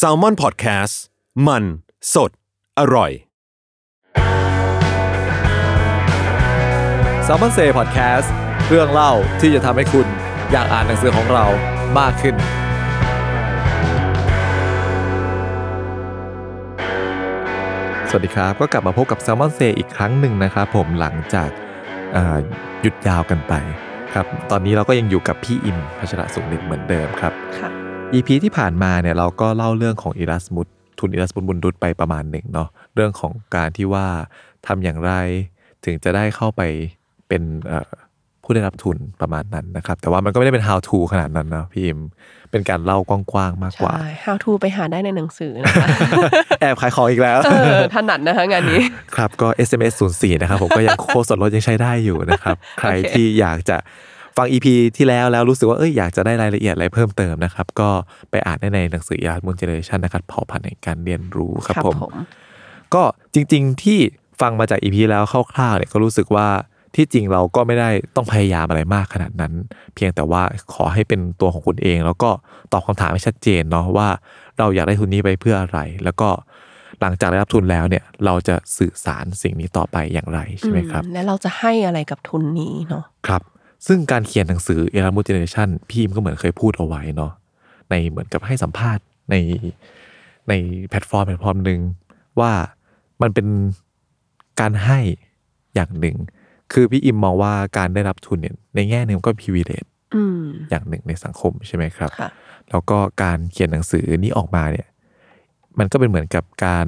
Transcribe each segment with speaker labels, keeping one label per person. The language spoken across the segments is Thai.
Speaker 1: s a l m o n PODCAST มันสดอร่อย
Speaker 2: s ซ m ม n นเซ่พอดแคสต์เรื่องเล่าที่จะทำให้คุณอยากอ่านหนังสือของเรามากขึ้น สวัสดีครับก็กลับมาพบกับ s ซ l m o n เซอีกครั้งหนึ่งนะครับผมหลังจากเอ่อหยุดยาวกันไปครับตอนนี้เราก็ยังอยู่กับพี่อินพัชระสุขนิดเหมือนเดิมครับ
Speaker 3: ค่ะ
Speaker 2: EP ที่ผ่านมาเนี่ยเราก็เล่าเรื่องของอิรัสมุตทุนอิรัสมุตบุญรุตไปประมาณหนึ่งเนาะเรื่องของการที่ว่าทำอย่างไรถึงจะได้เข้าไปเป็นเอ่อผู้ได้รับทุนประมาณนั้นนะครับ แต่ว่ามันก็ไม่ได้เป็น how to ขนาดนั้นนะพี่อิมเป็นการเล่ากว้างๆมากกว่า
Speaker 3: ใช่ How to ไปหาได้ในหนังสือนะคะ
Speaker 2: แอบขายของอีกแล้ว
Speaker 3: เออถนัดนะคะงานนี้
Speaker 2: ครับก็ SMS 0 4นะครับผมก็ ยังโค้ดส่วนลดยังใช้ได้อยู่นะครับ ใคร
Speaker 3: โอเค
Speaker 2: ที่อยากจะฟัง EP ที่แล้วแล้วรู้สึกว่าเอ้ยอยากจะได้รายละเอียดอะไรเพิ่มเติมนะครับ ก็ไปอ่านได้ในหนังสือยามูลเจเนเรชันนะครับเผอพันธุ์แห่งการเรียนรู้ครับผม ก็จริงๆที่ฟังมาจากอีพีแล้วคร่าวๆเนี่ยก็รู้สึกว่าที่จริงเราก็ไม่ได้ต้องพยายามอะไรมากขนาดนั้น เพียงแต่ว่าขอให้เป็นตัวของคุณเอง แล้วก็ตอบคำถามให้ชัดเจนเนาะว่าเราอยากได้ทุนนี้ไปเพื่ออะไร แล้วก็หลังจากได้รับทุนแล้วเนี่ยเราจะสื่อสารสิ่งนี้ต่อไปอย่างไรใช่ไหมครับ
Speaker 3: อืและเราจะให้อะไรกับทุนนี้เนาะ
Speaker 2: ครับ ซึ่งการเขียนหนังสือเอรามูเจเนเรชันพี่อิมก็เหมือนเคยพูดเอาไว้เนาะในเหมือนกับให้สัมภาษณ์ในในแพลตฟอร์มแพลตฟอร์มหนึ่งว่ามันเป็นการให้อย่างหนึ่ง คือพี่อิมมองว่าการได้รับทุนเนี่ยในแง่หนึ่งก็พิเวเลต
Speaker 3: อืม
Speaker 2: อย่างหนึ่งในสังคมใช่ไหมครับ
Speaker 3: ค่ะ
Speaker 2: แล้วก็การเขียนหนังสือนี้ออกมาเนี่ยมันก็เป็นเหมือนกับการ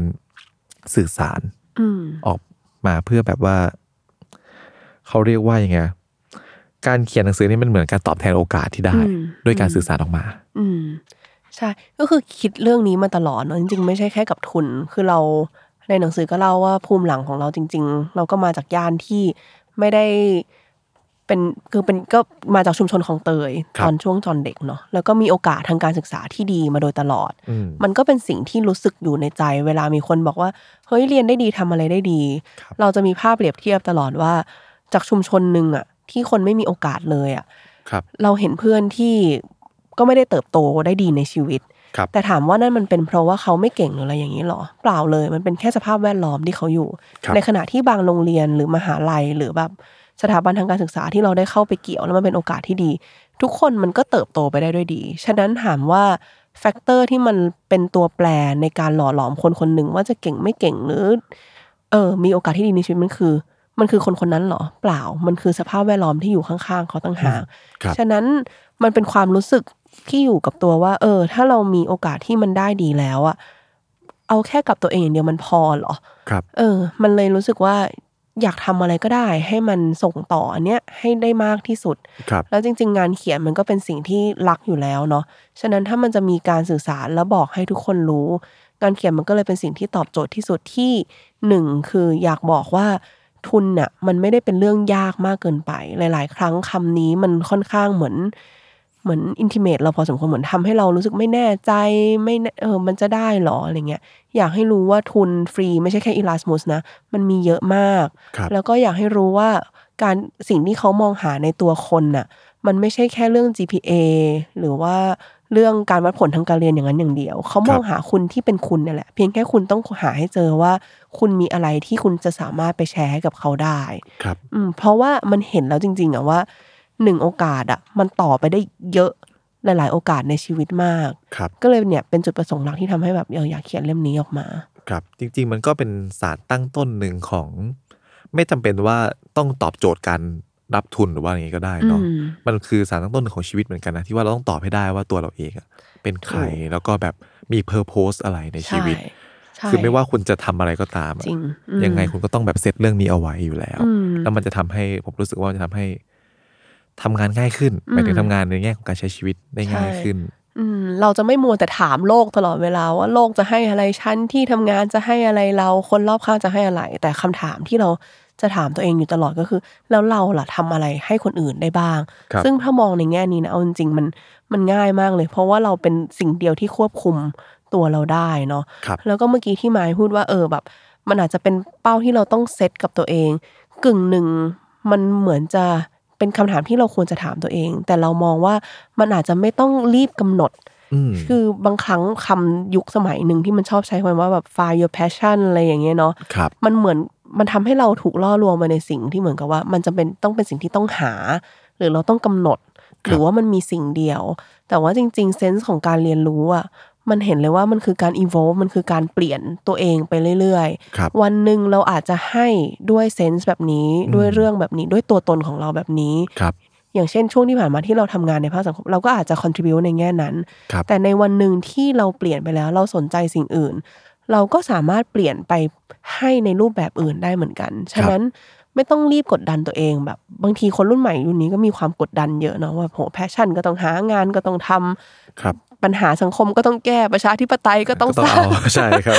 Speaker 2: สื่อสาร
Speaker 3: อืม
Speaker 2: ออกมาเพื่อแบบว่า เขาเรียกว่ายังไงอะการเขียนหนังสือนี่มันเหมือนการตอบแทนโอกาสที่ได้
Speaker 3: อืม
Speaker 2: ด้วยการสื่อสารออกมา
Speaker 3: อืม ใช่ ก็คือคิดเรื่องนี้มาตลอดเนาะจริงๆ ไม่ใช่แค่กับทุน คือเราในหนังสือก็เล่าว่าภูมิหลังของเราจริง ๆ เราก็มาจากย่านที่ไม่ได้เป็นคือเป็นก็มาจากชุมชนของเตย
Speaker 2: ครับ
Speaker 3: ตอนช่วงตอนเด็กเนาะแล้วก็มีโอกาสทางการศึกษาที่ดีมาโดยตลอด
Speaker 2: อืม
Speaker 3: มันก็เป็นสิ่งที่รู้สึกอยู่ในใจ เวลามีคนบอกว่า เฮ้ยเรียนได้ดีทำอะไรได้ดี
Speaker 2: ครับ
Speaker 3: เราจะมีภาพเปรียบเทียบตลอดว่า จากชุมชนหนึ่งอะที่คนไม่มีโอกาสเลยอะ
Speaker 2: ครับ
Speaker 3: เราเห็นเพื่อนที่ก็ไม่ได้เติบโตได้ดีในชีวิต
Speaker 2: ครับ
Speaker 3: แต่ถามว่านั่นมันเป็นเพราะว่าเขาไม่เก่งหรืออะไรอย่างนี้หรอ เปล่าเลยมันเป็นแค่สภาพแวดล้อมที่เขาอยู่
Speaker 2: ครับ
Speaker 3: ในขณะที่บางโรงเรียนหรือมหาลัยหรือแบบสถาบันทางการศึกษาที่เราได้เข้าไปเกี่ยวแล้วมันเป็นโอกาสที่ดี ทุกคนมันก็เติบโตไปได้ด้วยดี ฉะนั้นถามว่าแฟกเตอร์ที่มันเป็นตัวแปรในการหล่อหลอมคนคนหนึ่งว่าจะเก่งไม่เก่งหรือ เออ มีโอกาสที่ดีในชีวิตมันคือ มันคือคนคนนั้นเหรอ เปล่า มันคือสภาพแวดล้อมที่อยู่ข้างๆเขาต่างหาก
Speaker 2: ครับ
Speaker 3: ฉะนั้นมันเป็นความรู้สึกที่อยู่กับตัวว่า เออ ถ้าเรามีโอกาสที่มันได้ดีแล้วอะเอาแค่กับตัวเองอย่างเดียวมันพอเหรอ
Speaker 2: ครับ
Speaker 3: เออ มันเลยรู้สึกว่าอยากทำอะไรก็ได้ ให้มันส่งต่ออันเนี้ยให้ได้มากที่สุด
Speaker 2: ครับ
Speaker 3: แล้วจริง ๆ งานเขียนมันก็เป็นสิ่งที่รักอยู่แล้วเนาะ ฉะนั้นถ้ามันจะมีการสื่อสารแล้วบอกให้ทุกคนรู้ งานเขียนมันก็เลยเป็นสิ่งที่ตอบโจทย์ที่สุดที่หนึ่งคืออยากบอกว่าทุนน่ะมันไม่ได้เป็นเรื่องยากมากเกินไป หลาย ๆ ครั้งคำนี้มันค่อนข้างเหมือน เหมือนอินทิเมตเราพอสมควรเหมือนทำให้เรารู้สึกไม่แน่ใจไม่แน่เออมันจะได้เหรออะไรเงี้ยอยากให้รู้ว่าทุนฟรีไม่ใช่แค่อีลาสมุสนะมันมีเยอะมาก
Speaker 2: ครับ
Speaker 3: แล้วก็อยากให้รู้ว่าการสิ่งที่เขามองหาในตัวคนน่ะ มันไม่ใช่แค่เรื่อง GPA หรือว่าเรื่องการวัดผลทางการเรียนอย่างนั้นอย่างเดียว เขามองหาคุณที่เป็นคุณนั่นแหละ เพียงแค่คุณต้องหาให้เจอว่า คุณมีอะไรที่คุณจะสามารถไปแชร์ให้กับเขาได้
Speaker 2: ครับ
Speaker 3: อืมเพราะว่ามันเห็นแล้วจริง ๆอะว่าหนึ่งโอกาสอะมันต่อไปได้เยอะหลาย ๆ โอกาสในชีวิตมาก
Speaker 2: ครับ
Speaker 3: ก็เลยเนี่ยเป็นจุดประสงค์หลักที่ทำให้แบบเอออยากเขียนเล่มนี้ออกมา
Speaker 2: ครับจริง ๆ มันก็เป็นศาสตร์ตั้งต้นหนึ่งของ ไม่จำเป็นว่าต้องตอบโจทย์การรับทุนหรือว่าอย่างนี้ก็ได้เนาะ
Speaker 3: อืม
Speaker 2: มันคือศาสตร์ตั้งต้นของชีวิตเหมือนกันนะที่ว่าเราต้องตอบให้ได้ว่าตัวเราเองอะเป็นใคร
Speaker 3: ถูก
Speaker 2: แล้วก็แบบมีเพอร์โพสอะไรในชีวิต
Speaker 3: ใช่
Speaker 2: คือไม่ว่าคุณจะทำอะไรก็ตามอะ
Speaker 3: จริงอืม
Speaker 2: ยังไงคุณก็ต้องแบบเซตเรื่องนี้เอาไว้อยู่แล้ว
Speaker 3: อืม
Speaker 2: แล้วมันจะทำให้ผมรู้สึกว่ามันจะทำให้ทำงานง่ายขึ้นหมายถึง
Speaker 3: อืม
Speaker 2: ทำงานในแง่ของการใช้ชีวิตได้ง่าย
Speaker 3: ใช่
Speaker 2: ขึ้น
Speaker 3: อืมเราจะไม่มัวแต่ถามโลกตลอดเวลาว่าโลกจะให้อะไรฉันที่ทำงานจะให้อะไรเราคนรอบข้างจะให้อะไร แต่คำถามที่เราจะถามตัวเองอยู่ตลอดก็คือ แล้วเราล่ะทำอะไรให้คนอื่นได้บ้าง
Speaker 2: ครับ
Speaker 3: ซึ่งถ้ามองในแง่นี้นะเอาจริงๆมันมันง่ายมากเลย เพราะว่าเราเป็นสิ่งเดียวที่ควบคุมตัวเราได้เนาะ
Speaker 2: ครับ
Speaker 3: แล้วก็เมื่อกี้ที่หมายพูดว่าเออแบบ มันอาจจะเป็นเป้าที่เราต้องเซตกับตัวเอง กึ่งหนึ่งมันเหมือนจะเป็นคำถามที่เราควรจะถามตัวเอง แต่เรามองว่ามันอาจจะไม่ต้องรีบกำหนด
Speaker 2: อืม
Speaker 3: คือบางครั้งคำยุคสมัยหนึ่งที่มันชอบใช้คำว่าแบบ find your passion อะไรอย่างเงี้ยเนาะ
Speaker 2: ครับ
Speaker 3: มันเหมือนมันทำให้เราถูกล่อลวงมาในสิ่งที่เหมือนกับว่า มันจะเป็นต้องเป็นสิ่งที่ต้องหา หรือเราต้องกำหนด
Speaker 2: ครับ
Speaker 3: หรือว่ามันมีสิ่งเดียว แต่ว่าจริงๆเซนส์ของการเรียนรู้อ่ะมันเห็นเลยว่ามันคือการ evolve มันคือการเปลี่ยนตัวเองไปเรื่อยๆ
Speaker 2: ครับ
Speaker 3: วันหนึ่งเราอาจจะให้ด้วยเซนส์แบบนี้
Speaker 2: อืม
Speaker 3: ด้วยเรื่องแบบนี้ด้วยตัวตนของเราแบบนี้
Speaker 2: ครับ
Speaker 3: อย่างเช่นช่วงที่ผ่านมาที่เราทำงานในภาคสังคมเราก็อาจจะ contribu ในแง่นั้น
Speaker 2: ครับ
Speaker 3: แต่ในวันหนึ่งที่เราเปลี่ยนไปแล้ว เราสนใจสิ่งอื่น เราก็สามารถเปลี่ยนไปให้ในรูปแบบอื่นได้เหมือนกัน ฉะนั้นไม่ต้องรีบกดดันตัวเองแบบ บางทีคนรุ่นใหม่รุ่นนี้ก็มีความกดดันเยอะเนาะว่าโหแพชชั่นก็ต้องหางานก็ต้องทำ
Speaker 2: ครับ
Speaker 3: ปัญหาสังคมก็ต้องแก้ประชาธิปไตยก็ต้อง
Speaker 2: ก็ต้อง
Speaker 3: สร้า
Speaker 2: เอา
Speaker 3: ง
Speaker 2: ใช่ ครับ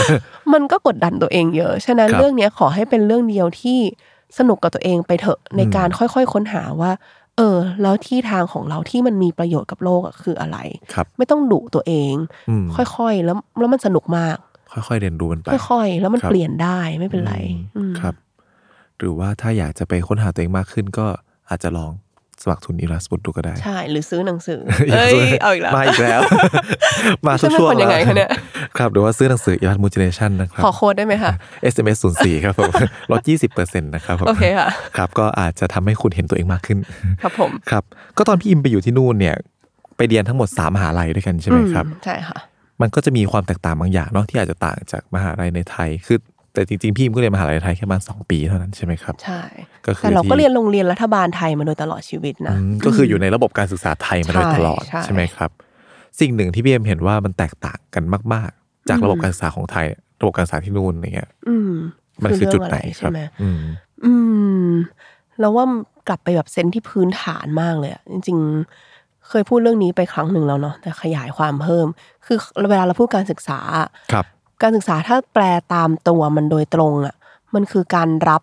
Speaker 3: มันก็กดดันตัวเองเยอะ ฉะนั้น
Speaker 2: ครับ
Speaker 3: เรื่องเนี้ยขอให้เป็นเรื่องเดียวที่สนุกกับตัวเองไปเถอะในการค่อยๆค้นหาว่า เออ แล้วที่ทางของเราที่มันมีประโยชน์กับโลกอะคืออะไร
Speaker 2: ครับ
Speaker 3: ไม่ต้องดุตัวเอง
Speaker 2: อืม
Speaker 3: ค่อยๆ แล้วแล้วมันสนุกมาก
Speaker 2: ค่อยๆเรียนรู้มันไป
Speaker 3: ค่อยๆ แล้วมัน
Speaker 2: ครับ
Speaker 3: เปลี่ยนได้ไม่เป็นไร
Speaker 2: อืม
Speaker 3: อืม
Speaker 2: ครับ หรือว่าถ้าอยากจะไปค้นหาตัวเองมากขึ้นก็อาจจะลองสมัครทุนอีรัสบุตดูก็ได้
Speaker 3: ใช่หรือซื้อหนัง สือ
Speaker 2: อยาก
Speaker 3: เอ้ย
Speaker 2: ซื้
Speaker 3: เอาอีกแล้ว
Speaker 2: มาอีกแล้ว มาทุก
Speaker 3: ใช่ไหม
Speaker 2: ช่วง
Speaker 3: คนยังไง
Speaker 2: แล้ว
Speaker 3: คะเนี่ย
Speaker 2: ครับหรือว่าซื้อหนังสืออีรัสมูจิเนชั่นนะครับ
Speaker 3: ขอโค้ดได้ไหมคะ
Speaker 2: SMS 0 4ครับผมลด20%นะครับผม
Speaker 3: โอเคค่ะ
Speaker 2: ครับ ก็อาจจะทำให้คุณเห็นตัวเองมากขึ้น
Speaker 3: ครับผม
Speaker 2: ครับ ก็ตอนพี่อิมไปอยู่ที่นู่นเนี่ย ไปเรียนทั้งหมด 3 มหาลัยด้วยกันใช่ไหมครับ
Speaker 3: อืใช่ค่ะ
Speaker 2: มันก็จะมีความแตกต่างบางอย่างเนาะที่อาจจะต่างจากมหาลัยในไทย คือแต่จริงๆ พี่อิมก็เรียนมหาลัยในไทยแค่ประมาณสองปีเท่านั้นใช่ไหมครับ
Speaker 3: ใช่
Speaker 2: ก็คือ
Speaker 3: แต่เราก็
Speaker 2: ที่
Speaker 3: เรียนโรงเรียนรัฐบาลไทยมาโดยตลอดชีวิตนะ
Speaker 2: อืมก็คืออยู่ในระบบการศึกษาไทยมาโดย
Speaker 3: ใช่
Speaker 2: ตลอด
Speaker 3: ใช่
Speaker 2: ใช่ไหมครับ สิ่งหนึ่งที่พี่เอ็มเห็นว่ามันแตกต่างกันมาก ๆ จากระบบการศึกษาของไทย ระบบการศึกษาที่นู่นอะไรเงี้ย
Speaker 3: อืม
Speaker 2: มันคือจุด
Speaker 3: เรื่งะ
Speaker 2: ไหน
Speaker 3: ร
Speaker 2: ครั
Speaker 3: ใช่
Speaker 2: บ
Speaker 3: ไหม
Speaker 2: อืม
Speaker 3: อืมแล้วว่ากลับไปแบบเซนส์ที่พื้นฐานมากเลยอะจริง ๆ เคยพูดเรื่องนี้ไปครั้งหนึ่งแล้วเนาะแต่ขยายความเพิ่ม คือเวลาเราพูดการศึกษา
Speaker 2: ครับ
Speaker 3: การศึกษาถ้าแปลตามตัวมันโดยตรงอะ่ะมันคือการรับ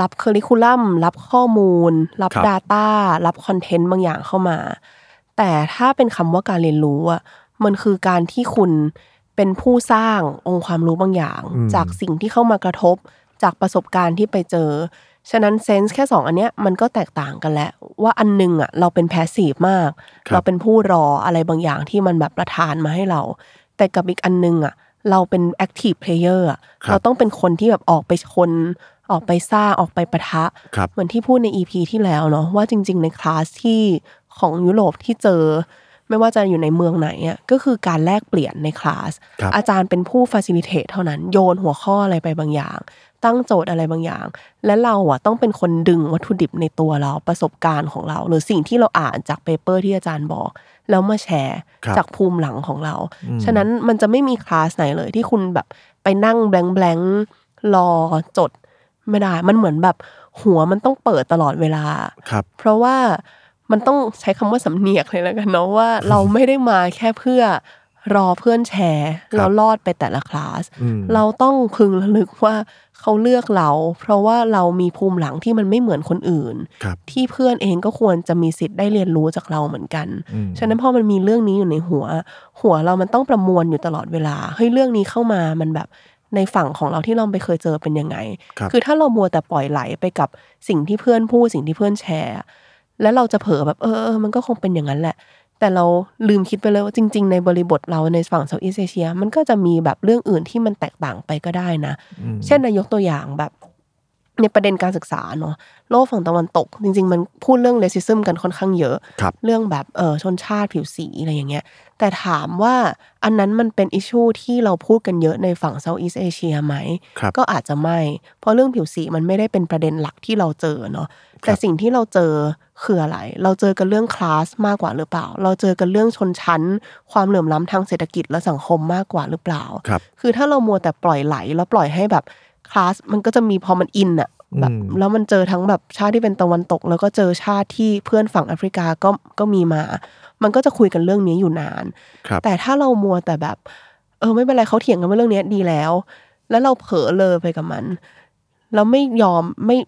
Speaker 3: รับค u ริคูลัมรับข้อมูล รับ
Speaker 2: ครับ
Speaker 3: Data รับคอนเทนต์บางอย่างเข้ามา แต่ถ้าเป็นคำว่าการเรียนรู้อะ่ะมันคือการที่คุณเป็นผู้สร้างองค์ความรู้บางอย่าง
Speaker 2: อืม
Speaker 3: จากสิ่งที่เข้ามากระทบ จากประสบการณ์ที่ไปเจอ ฉะนั้นเซนส์แค่สองอันเนี้ยมันก็แตกต่างกันแล้ว ว่าอันหนึงอ่ะเราเป็นแพสซีฟมาก
Speaker 2: ครับ
Speaker 3: เราเป็นผู้รออะไรบางอย่างที่มันแบบประทานมาให้เรา แต่กับอีกอันหนึงอ่ะเราเป็นแอคทีฟเพลเยอร์
Speaker 2: ครับ
Speaker 3: เราต้องเป็นคนที่แบบออกไปชน ออกไปสร้างออกไปปะทะ
Speaker 2: ครับ
Speaker 3: เหมือนที่พูดใน EP ที่แล้วเนาะว่าจริง ๆ ในคลาสที่ของยุโรปที่เจอ ไม่ว่าจะอยู่ในเมืองไหนอ่ะก็คือการแลกเปลี่ยนในคลาส
Speaker 2: ครับ
Speaker 3: อาจารย์เป็นผู้ฟาซิลิเทตเท่านั้นโยนหัวข้ออะไรไปบางอย่าง ตั้งโจทย์อะไรบางอย่าง และเราอ่ะต้องเป็นคนดึงวัตถุดิบในตัวเราประสบการณ์ของเรา หรือสิ่งที่เราอ่านจากเปเปอร์ที่อาจารย์บอก แล้วมาแชร์
Speaker 2: ครับ
Speaker 3: จากภูมิหลังของเรา
Speaker 2: อืม
Speaker 3: ฉะนั้นมันจะไม่มีคลาสไหนเลยที่คุณแบบไปนั่งแบงแบงรอจดไม่ได้ มันเหมือนแบบหัวมันต้องเปิดตลอดเวลา
Speaker 2: ครับ
Speaker 3: เพราะว่ามันต้องใช้คำว่าสำเนียกเลยแล้วกันเนาะว่า เราไม่ได้มาแค่เพื่อรอเพื่อนแชร์
Speaker 2: ครับ
Speaker 3: แล้วรอดไปแต่ละคลาส
Speaker 2: อืม
Speaker 3: เราต้องพึงระลึกว่าเขาเลือกเรา เพราะว่าเรามีภูมิหลังที่มันไม่เหมือนคนอื่น
Speaker 2: ครับ
Speaker 3: ที่เพื่อนเองก็ควรจะมีสิทธิ์ได้เรียนรู้จากเราเหมือนกัน
Speaker 2: อืม
Speaker 3: ฉะนั้นพอมันมีเรื่องนี้อยู่ในหัว หัวเรามันต้องประมวลอยู่ตลอดเวลาเฮ้ยเรื่องนี้เข้ามามันแบบในฝั่งของเราที่เราไปเคยเจอเป็นยังไง
Speaker 2: ครับ
Speaker 3: คือถ้าเรามัวแต่ปล่อยไหลไปกับสิ่งที่เพื่อนพูดสิ่งที่เพื่อนแชร์ แล้วเราจะเผลอแบบเออเออมันก็คงเป็นอย่างนั้นแหละ แต่เราลืมคิดไปเลยว่าจริง ๆ ในบริบทเราในฝั่งเซาท์อีสเอเชีย มันก็จะมีแบบเรื่องอื่นที่มันแตกต่างไปก็ได้นะ
Speaker 2: อืม
Speaker 3: เช่นนายกตัวอย่างแบบ ในประเด็นการศึกษาเนาะโลกฝั่งตะวันตก จริง ๆ มันพูดเรื่องเลสิซึมกันค่อนข้างเยอะ
Speaker 2: ครับ
Speaker 3: เรื่องแบบเออชนชาติผิวสีอะไรอย่างเงี้ย แต่ถามว่าอันนั้นมันเป็นอิชชูที่เราพูดกันเยอะในฝั่งเซาท์อีสเอเชียไหม
Speaker 2: ครับ
Speaker 3: ก็อาจจะไม่ เพราะเรื่องผิวสีมันไม่ได้เป็นประเด็นหลักที่เราเจอเนาะ แต่สิ่งที่เราเจอคืออะไร เราเจอกันเรื่องคลาสมากกว่าหรือเปล่า เราเจอกันเรื่องชนชั้น ความเหลื่อมล้ำทางเศรษฐกิจและสังคมมากกว่าหรือเปล่า
Speaker 2: ครับ
Speaker 3: คือถ้าเรามัวแต่ปล่อยไหลแล้วปล่อยให้แบบคลาสมันก็จะมีพอมันอินอะแบบ
Speaker 2: อืม
Speaker 3: แล้วมันเจอทั้งแบบชาติที่เป็นตะวันตก แล้วก็เจอชาติที่เพื่อนฝั่งแอฟริกาก็ก็มีมา มันก็จะคุยกันเรื่องนี้อยู่นาน
Speaker 2: ครับ
Speaker 3: แต่ถ้าเรามัวแต่แบบ เออไม่เป็นไรเขาเถียงกันว่าเรื่องเนี้ยดีแล้ว แล้วเราเผลอเลยไปกับมัน แล้วไม่ยอมไม่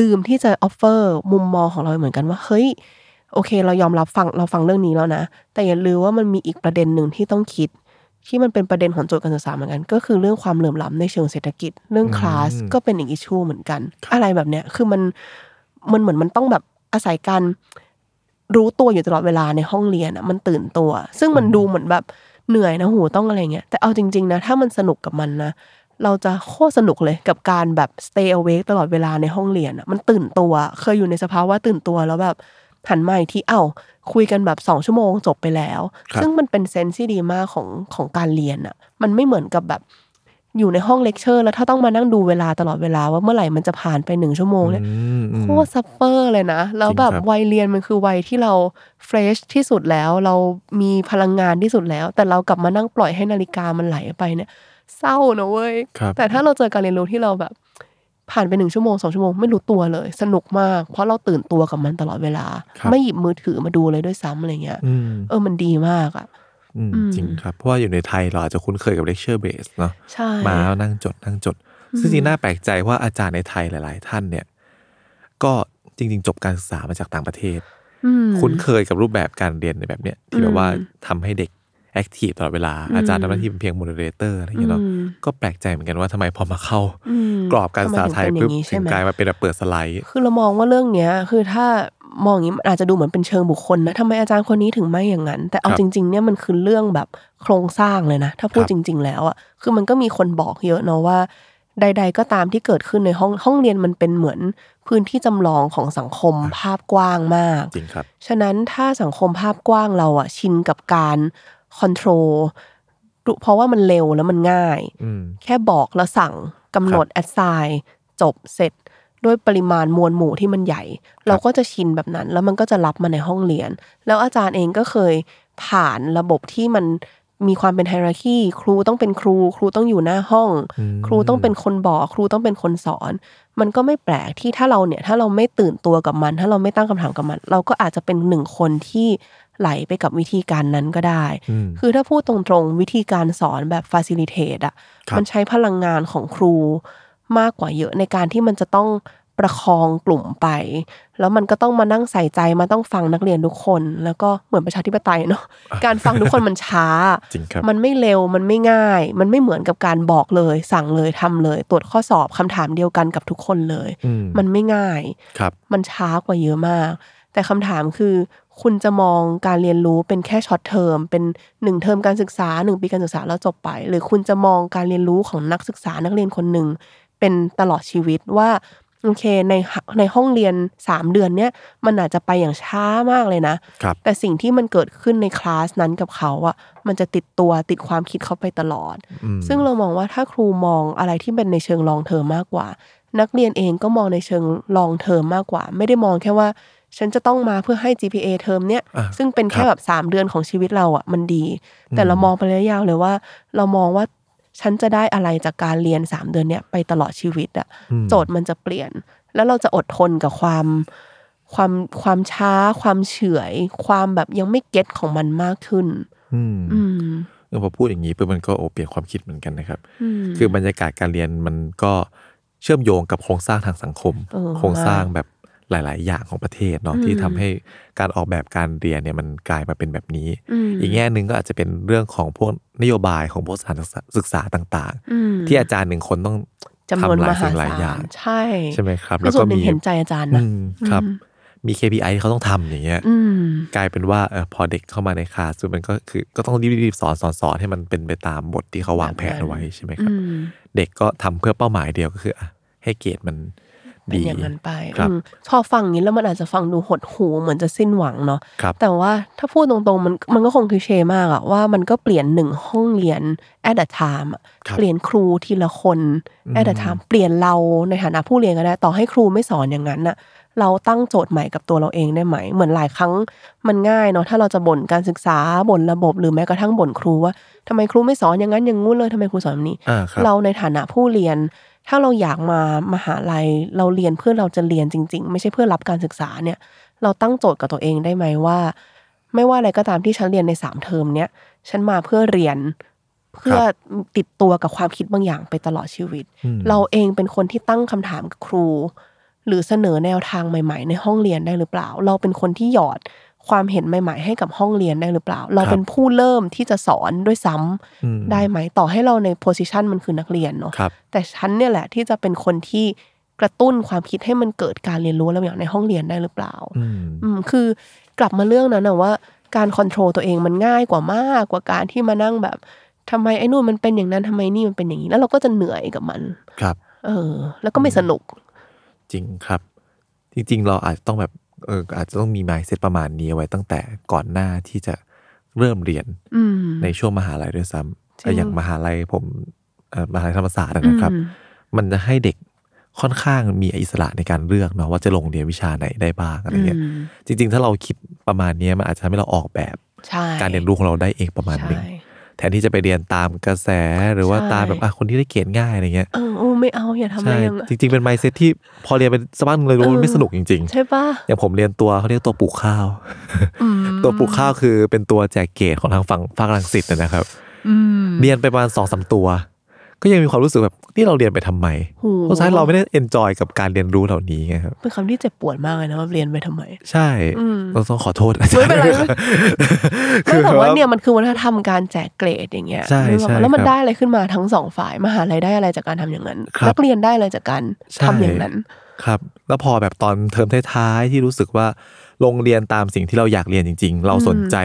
Speaker 3: ลืมที่จะออฟเฟอร์มุมมองของเราเหมือนกันว่า เฮ้ย โอเค เรายอมรับฟังเราฟังเรื่องนี้แล้วนะ แต่อย่าลืมว่ามันมีอีกประเด็นหนึ่งที่ต้องคิด ที่มันเป็นประเด็นของโจทย์การศึกษาเหมือนกัน ก็คือเรื่องความเหลื่อมล้ำในเชิงเศรษฐกิจ เรื่อง
Speaker 2: อืม
Speaker 3: คลาสก็เป็นอีกอิชชูเหมือนกัน อะไรแบบเนี้ยคือมันมันเหมือนมันต้องแบบอาศัยการรู้ตัวอยู่ตลอดเวลาในห้องเรียนอะมันตื่นตัว ซึ่งมันดูเหมือนแบบเหนื่อยนะหูต้องอะไรเงี้ยแต่เอาจริง ๆ นะ ถ้ามันสนุกกับมันนะ เราจะโคตรสนุกเลยกับการแบบ stay awake ตลอดเวลาในห้องเรียนอะมันตื่นตัว เคยอยู่ในสภาวะตื่นตัวแล้วแบบหันมาอีกที่เอ้าคุยกันแบบสองชั่วโมงจบไปแล้ว
Speaker 2: ครับ
Speaker 3: ซึ่งมันเป็นเซนส์ที่ดีมากของของการเรียนอะมันไม่เหมือนกับแบบอยู่ในห้องเลคเชอร์แล้วถ้าต้องมานั่งดูเวลาตลอดเวลาว่าเมื่อไหร่มันจะผ่านไปหนึ่งชั่วโมงเนี่ย
Speaker 2: อืมอืม
Speaker 3: โคตรซัฟเฟอร์เลยนะ แล้วแบบ
Speaker 2: จริงครับ
Speaker 3: วัยเรียนมันคือวัยที่เราเฟรชที่สุดแล้ว เรามีพลังงานที่สุดแล้ว แต่เรากลับมานั่งปล่อยให้นาฬิกามันไหลไปเนี่ย เศร้านะเว้ย
Speaker 2: ครับ
Speaker 3: แต่ถ้าเราเจอการเรียนรู้ที่เราแบบ ผ่านไปหนึ่งชั่วโมงสองชั่วโมงไม่รู้ตัวเลย สนุกมาก เพราะเราตื่นตัวกับมันตลอดเวลา
Speaker 2: ครับ
Speaker 3: ไม่หยิบมือถือมาดูเลยด้วยซ้ำอะไรเงี้ย
Speaker 2: อืม
Speaker 3: เออมันดีมากอ่ะ
Speaker 2: อืม
Speaker 3: อืม
Speaker 2: จริงครับ เพราะว่าอยู่ในไทยเราอาจจะคุ้นเคยกับเลคเชอร์เบสเนาะ
Speaker 3: ใช่
Speaker 2: มาแล้วนั่งจดนั่งจด ซึ่งจริงๆน่าแปลกใจว่าอาจารย์ในไทยหลาย ๆ ท่านเนี่ย ก็จริง ๆ จบการศึกษามาจากต่างประเทศ
Speaker 3: อืม
Speaker 2: คุ้นเคยกับรูปแบบการเรียนในแบบเนี้ยที่แบ
Speaker 3: อื
Speaker 2: บ
Speaker 3: ม
Speaker 2: ว่าทำให้เด็กแอคทีฟตลอดเวลา
Speaker 3: อืม
Speaker 2: อาจารย์ทำหน้าที่เป็นเพียงโมเดเลเตอร์อะไรอย่างเงี้ยเนาะ
Speaker 3: อืม
Speaker 2: ก็แปลกใจเหมือนกันว่าทำไมพอมาเข้า
Speaker 3: ม
Speaker 2: กรอบการศึกษาไทย
Speaker 3: ทำมถึ
Speaker 2: ปุ๊
Speaker 3: ง
Speaker 2: บ
Speaker 3: เป็น
Speaker 2: ถึง
Speaker 3: อางงี้ใช่ไหม
Speaker 2: กลายมาเป็นแบบเปิดสไลด์
Speaker 3: คือเรามองว่าเรื่องเนี้ยคือถ้ามองอย่างนี้มันอาจจะดูเหมือนเป็นเชิงบุคคลนะทำไมอาจารย์คนนี้ถึงไม่อย่างนั้น แต่เอา
Speaker 2: ครับ
Speaker 3: จริงๆเนี่ยมันคือเรื่องแบบโครงสร้างเลยนะ ถ้าพูด
Speaker 2: ครับ
Speaker 3: จริง ๆ แล้วอ่ะคือมันก็มีคนบอกเยอะเนาะว่า ใด ๆ ก็ตามที่เกิดขึ้นในห้องห้องเรียนมันเป็นเหมือนพื้นที่จำลองของสังคมภาพกว้างมาก
Speaker 2: จริงครับ
Speaker 3: ฉะนั้นถ้าสังคมภาพกว้างเราอ่ะชินกับการคอนโทรลเพราะว่ามันเร็วแล้วมันง่าย
Speaker 2: อืม
Speaker 3: แค่บอกแล้วสั่งกำหนดแอดไซน์จบเสร็จ ด้วยปริมาณมวลหมู่ที่มันใหญ่ เราก็จะชินแบบนั้น แล้วมันก็จะรับมาในห้องเรียน แล้วอาจารย์เองก็เคยผ่านระบบที่มันมีความเป็นไฮรักีครูต้องเป็นครู ครูต้องอยู่หน้าห้อง
Speaker 2: อืม
Speaker 3: ครูต้องเป็นคนบอก ครูต้องเป็นคนสอน มันก็ไม่แปลกที่ถ้าเราเนี่ยถ้าเราไม่ตื่นตัวกับมัน ถ้าเราไม่ตั้งคำถามกับมัน เราก็อาจจะเป็นหนึ่งคนที่ไหลไปกับวิธีการนั้นก็ได้
Speaker 2: อืม
Speaker 3: คือถ้าพูดตรงๆ วิธีการสอนแบบ facilitate อ่ะ
Speaker 2: ครับ
Speaker 3: มันใช้พลังงานของครูมากกว่าเยอะในการที่มันจะต้องประคองกลุ่มไป แล้วมันก็ต้องมานั่งใส่ใจมาต้องฟังนักเรียนทุกคน แล้วก็เหมือนประชาธิปไตย เนาะ การฟังทุกคนมันช้า
Speaker 2: จริงครับ
Speaker 3: มันไม่เร็วมันไม่ง่าย มันไม่เหมือนกับการบอกเลย สั่งเลยทำเลย ตรวจข้อสอบคำถามเดียวกันกับทุกคนเลย
Speaker 2: อืม
Speaker 3: มันไม่ง่าย
Speaker 2: ครับ
Speaker 3: มันช้ากว่าเยอะมาก แต่คำถามคือ คุณจะมองการเรียนรู้เป็นแค่ช็อตเทอม เป็นหนึ่งเทอมการศึกษาหนึ่งปีการศึกษาแล้วจบไป หรือคุณจะมองการเรียนรู้ของนักศึกษานักเรียนคนหนึ่ง เป็นตลอดชีวิตว่า โอเคในหในห้องเรียน 3 เดือนเนี้ยมันอาจจะไปอย่างช้ามากเลยนะ
Speaker 2: ครับ
Speaker 3: แต่สิ่งที่มันเกิดขึ้นในคลาสนั้นกับเขาอะมันจะติดตัวติดความคิดเขาไปตลอด
Speaker 2: อืม
Speaker 3: ซึ่งเรามองว่าถ้าครูมองอะไรที่เป็นในเชิงลองเทอมมากกว่า นักเรียนเองก็มองในเชิงลองเทอมมากกว่า ไม่ได้มองแค่ว่า ฉันจะต้องมาเพื่อให้ GPA เทอมเนี้ย
Speaker 2: อ่ะ
Speaker 3: ซึ่งเป็น
Speaker 2: ค
Speaker 3: แค่
Speaker 2: รับ
Speaker 3: แบบ 3 เดือนของชีวิตเราอ่ะมันดี แต่
Speaker 2: อืม
Speaker 3: เรามองไประยะยาวเลยว่า เรามองว่าฉันจะได้อะไรจากการเรียน 3 เดือนเนี้ยไปตลอดชีวิตอ่ะ
Speaker 2: อืม
Speaker 3: โจทย์มันจะเปลี่ยน แล้วเราจะอดทนกับความความความช้า ความเฉื่อย ความแบบยังไม่เก็ตของมันมากขึ้น
Speaker 2: อืม
Speaker 3: อืม
Speaker 2: เออพอพูดอย่างนี้ปุ๊บมันก็โอเปลี่ยนความคิดเหมือนกันนะครับ
Speaker 3: อืม
Speaker 2: คือบรรยากาศการเรียนมันก็เชื่อมโยงกับโครงสร้างทางสังคม
Speaker 3: เออ
Speaker 2: โครงสร้างแบบหลาย ๆ อย่างของประเทศเนาะ
Speaker 3: อืม
Speaker 2: ที่ทำให้การออกแบบการเรียนเนี่ยมันกลายมาเป็นแบบนี้
Speaker 3: ม
Speaker 2: อีกแง่หนึ่งก็อาจจะเป็นเรื่องของพวกนโยบายของพวกสถานศึกษาต่าง
Speaker 3: อืม
Speaker 2: ๆ ที่อาจารย์หนึ่งคนต้อง
Speaker 3: จำนวน
Speaker 2: ทำห
Speaker 3: ม
Speaker 2: ลาย
Speaker 3: หา
Speaker 2: สิ่งหลายอ
Speaker 3: ศา
Speaker 2: ย่าง
Speaker 3: ลใช่
Speaker 2: ใช่ไหมครับ
Speaker 3: แล้
Speaker 2: แล้ว ว
Speaker 3: ส่
Speaker 2: ก็
Speaker 3: วนหนึ่
Speaker 2: มี
Speaker 3: งเห็นใจอาจารย์
Speaker 2: อื
Speaker 3: นะ
Speaker 2: มครับ
Speaker 3: อืม
Speaker 2: มี KPI ที่เขาต้องทำอย่างเงี้ย
Speaker 3: อืม
Speaker 2: กลายเป็นว่าเออพอเด็กเข้ามาในคลาสมันก็คือก็ต้องรีบๆสอนสอนสอนให้มันเป็นไปตามบทที่เขาวางแผนเอาไว้ใช่ไหมค
Speaker 3: อื
Speaker 2: รับ
Speaker 3: ม
Speaker 2: เด็กก็ทำเพื่อเป้าหมายเดียวก็คืออ่ะให้เกรดมัน
Speaker 3: เป็
Speaker 2: ดี
Speaker 3: นอย่างนั้นไป
Speaker 2: ครับ
Speaker 3: อืมพอฟังอย่างนี้แล้วมันอาจจะฟังดูหดหูเหมือนจะสิ้นหวังเนาะ
Speaker 2: ครับ
Speaker 3: แต่ว่าถ้าพูดตรงๆมันมันก็คงคลิเช่มากอะว่ามันก็เปลี่ยนหนึ่งห้องเรียน at a time อะ
Speaker 2: ครับ
Speaker 3: เปลี่ยนครูทีละคน
Speaker 2: อืม
Speaker 3: at a time เปลี่ยนเราในฐานะผู้เรียนก็ได้ ต่อให้ครูไม่สอนอย่างนั้นน่ะเราตั้งโจทย์ใหม่กับตัวเราเองได้ไหม เหมือนหลายครั้งมันง่ายเนาะถ้าเราจะบ่นการศึกษาบ่นระบบหรือแม้กระทั่งบ่นครูว่าทำไมครูไม่สอนอย่างนั้นอย่างงู้นเลยทำไมครูสอนแบบนี้
Speaker 2: อ่าครับ
Speaker 3: เราในฐานะผู้เรียน ถ้าเราอยากมามหาลัยเราเรียนเพื่อเราจะเรียนจริง ๆ ไม่ใช่เพื่อรับการศึกษาเนี่ย เราตั้งโจทย์กับตัวเองได้ไหมว่า ไม่ว่าอะไรก็ตามที่ฉันเรียนในสามเทอมเนี้ยฉันมาเพื่อเรียน เพื่อติดตัวกับความคิดบางอย่างไปตลอดชีวิต
Speaker 2: อืม
Speaker 3: เราเองเป็นคนที่ตั้งคำถามกับครู หรือเสนอแนวทางใหม่ ๆ ในห้องเรียนได้หรือเปล่า เราเป็นคนที่หยอดความเห็นใหม่ ๆ ให้กับห้องเรียนได้หรือเปล่า เราเป็นผู้เริ่มที่จะสอนด้วยซ้ำ
Speaker 2: อืม
Speaker 3: ได้ไหมต่อให้เราในโพสิชันมันคือนักเรียนเนาะ
Speaker 2: ครับ
Speaker 3: แต่ฉันเนี่ยแหละที่จะเป็นคนที่กระตุ้นความคิดให้มันเกิดการเรียนรู้แล้วอย่างในห้องเรียนได้หรือเปล่า
Speaker 2: อืม
Speaker 3: อืมคือกลับมาเรื่องนั้นนะว่าการคอนโทรลตัวเองมันง่ายกว่ามากกว่าการที่มานั่งแบบทำไมไอ้นู่นมันเป็นอย่างนั้นทำไมนี่มันเป็นอย่างนี้ แล้วเราก็จะเหนื่อยกับมัน
Speaker 2: ครับ
Speaker 3: เออ แล้วก็ไม่สนุก
Speaker 2: จริงครับ จริง ๆ เราอาจจะต้องแบบเอออาจจะต้องมี mindset ประมาณนี้เอาไว้ตั้งแต่ก่อนหน้าที่จะเริ่มเรียน
Speaker 3: อืม
Speaker 2: ในช่วงมหาลัยด้วยซ้ำ
Speaker 3: จริง
Speaker 2: เอ่ออย่างมหาลัยผมเอ่อมหาลัยธรรมศาสตร์อะนะครับ มันจะให้เด็กค่อนข้างมีอิสระในการเลือกเนาะว่าจะลงเรียนวิชาไหนได้บ้างอะไรเงี้ย
Speaker 3: อืม
Speaker 2: จริง ๆ ถ้าเราคิดประมาณเนี้ยมันอาจจะทำให้เราออกแบบ
Speaker 3: ใช่
Speaker 2: การเรียนรู้ของเราได้เองประมาณหนึง
Speaker 3: ใช่
Speaker 2: แทนที่จะไปเรียนตามกระแสหรือว่า
Speaker 3: ใช่
Speaker 2: ตามแบบอ่ะคนที่ได้เกรดง่ายอะไรเงี้ย
Speaker 3: เออโอ้ไม่เอาอย่าทำอะ
Speaker 2: ใช่
Speaker 3: ไรอย่างนั้น
Speaker 2: จริง ๆ เป็น mindset ที่พอเรียนไปสักพักหนึ่งเลยรู้ว่ามันไม่
Speaker 3: เออ
Speaker 2: สนุกจริง ๆ
Speaker 3: ใช่ปะ
Speaker 2: อย่างผมเรียนตัวเขาเรียกตัวปลูกข้าว
Speaker 3: อืม
Speaker 2: ตัวปลูกข้าวคือเป็นตัวแจกเกตของทางฝั่งฝั่งรังสิตนะนะครับ
Speaker 3: อืม
Speaker 2: เรียนไปประมาณสองสามตัว ก็ยังมีความรู้สึกแบบนี่เราเรียนไปทำไม
Speaker 3: โอ้โห
Speaker 2: เพราะสุดท้ายเราไม่ได้เอนจอยกับการเรียนรู้เหล่านี้ไงครับ
Speaker 3: เป็นคำที่เจ็บปวดมากเลยนะว่าเรียนไปทำไม
Speaker 2: ใช่
Speaker 3: อืม
Speaker 2: เราต้องขอโทษอาจาร
Speaker 3: ไม่
Speaker 2: ย์
Speaker 3: เป็นไร
Speaker 2: ด้วย
Speaker 3: ไม่ ไม่แต่ว่าเนี่ยมันคือวัฒนธรรมการแจกเกรดอย่างเงี้ย
Speaker 2: ใช่
Speaker 3: นึกออก
Speaker 2: ใช่
Speaker 3: ปะแล้วมัน
Speaker 2: ครับ
Speaker 3: ได้อะไรขึ้นมาทั้งสองฝ่ายมหาลัยได้อะไรจากการทำอย่างนั้น
Speaker 2: ครับ
Speaker 3: นักเรียนได้อะไรจากการ
Speaker 2: ใช่
Speaker 3: ทำอย่างนั้น
Speaker 2: ครับ แล้วพอแบบตอนเทอมท้ายๆที่รู้สึกว่าโรงเรียนตามสิ่งที่เราอยากเรียนจริง ๆ เราสนใจ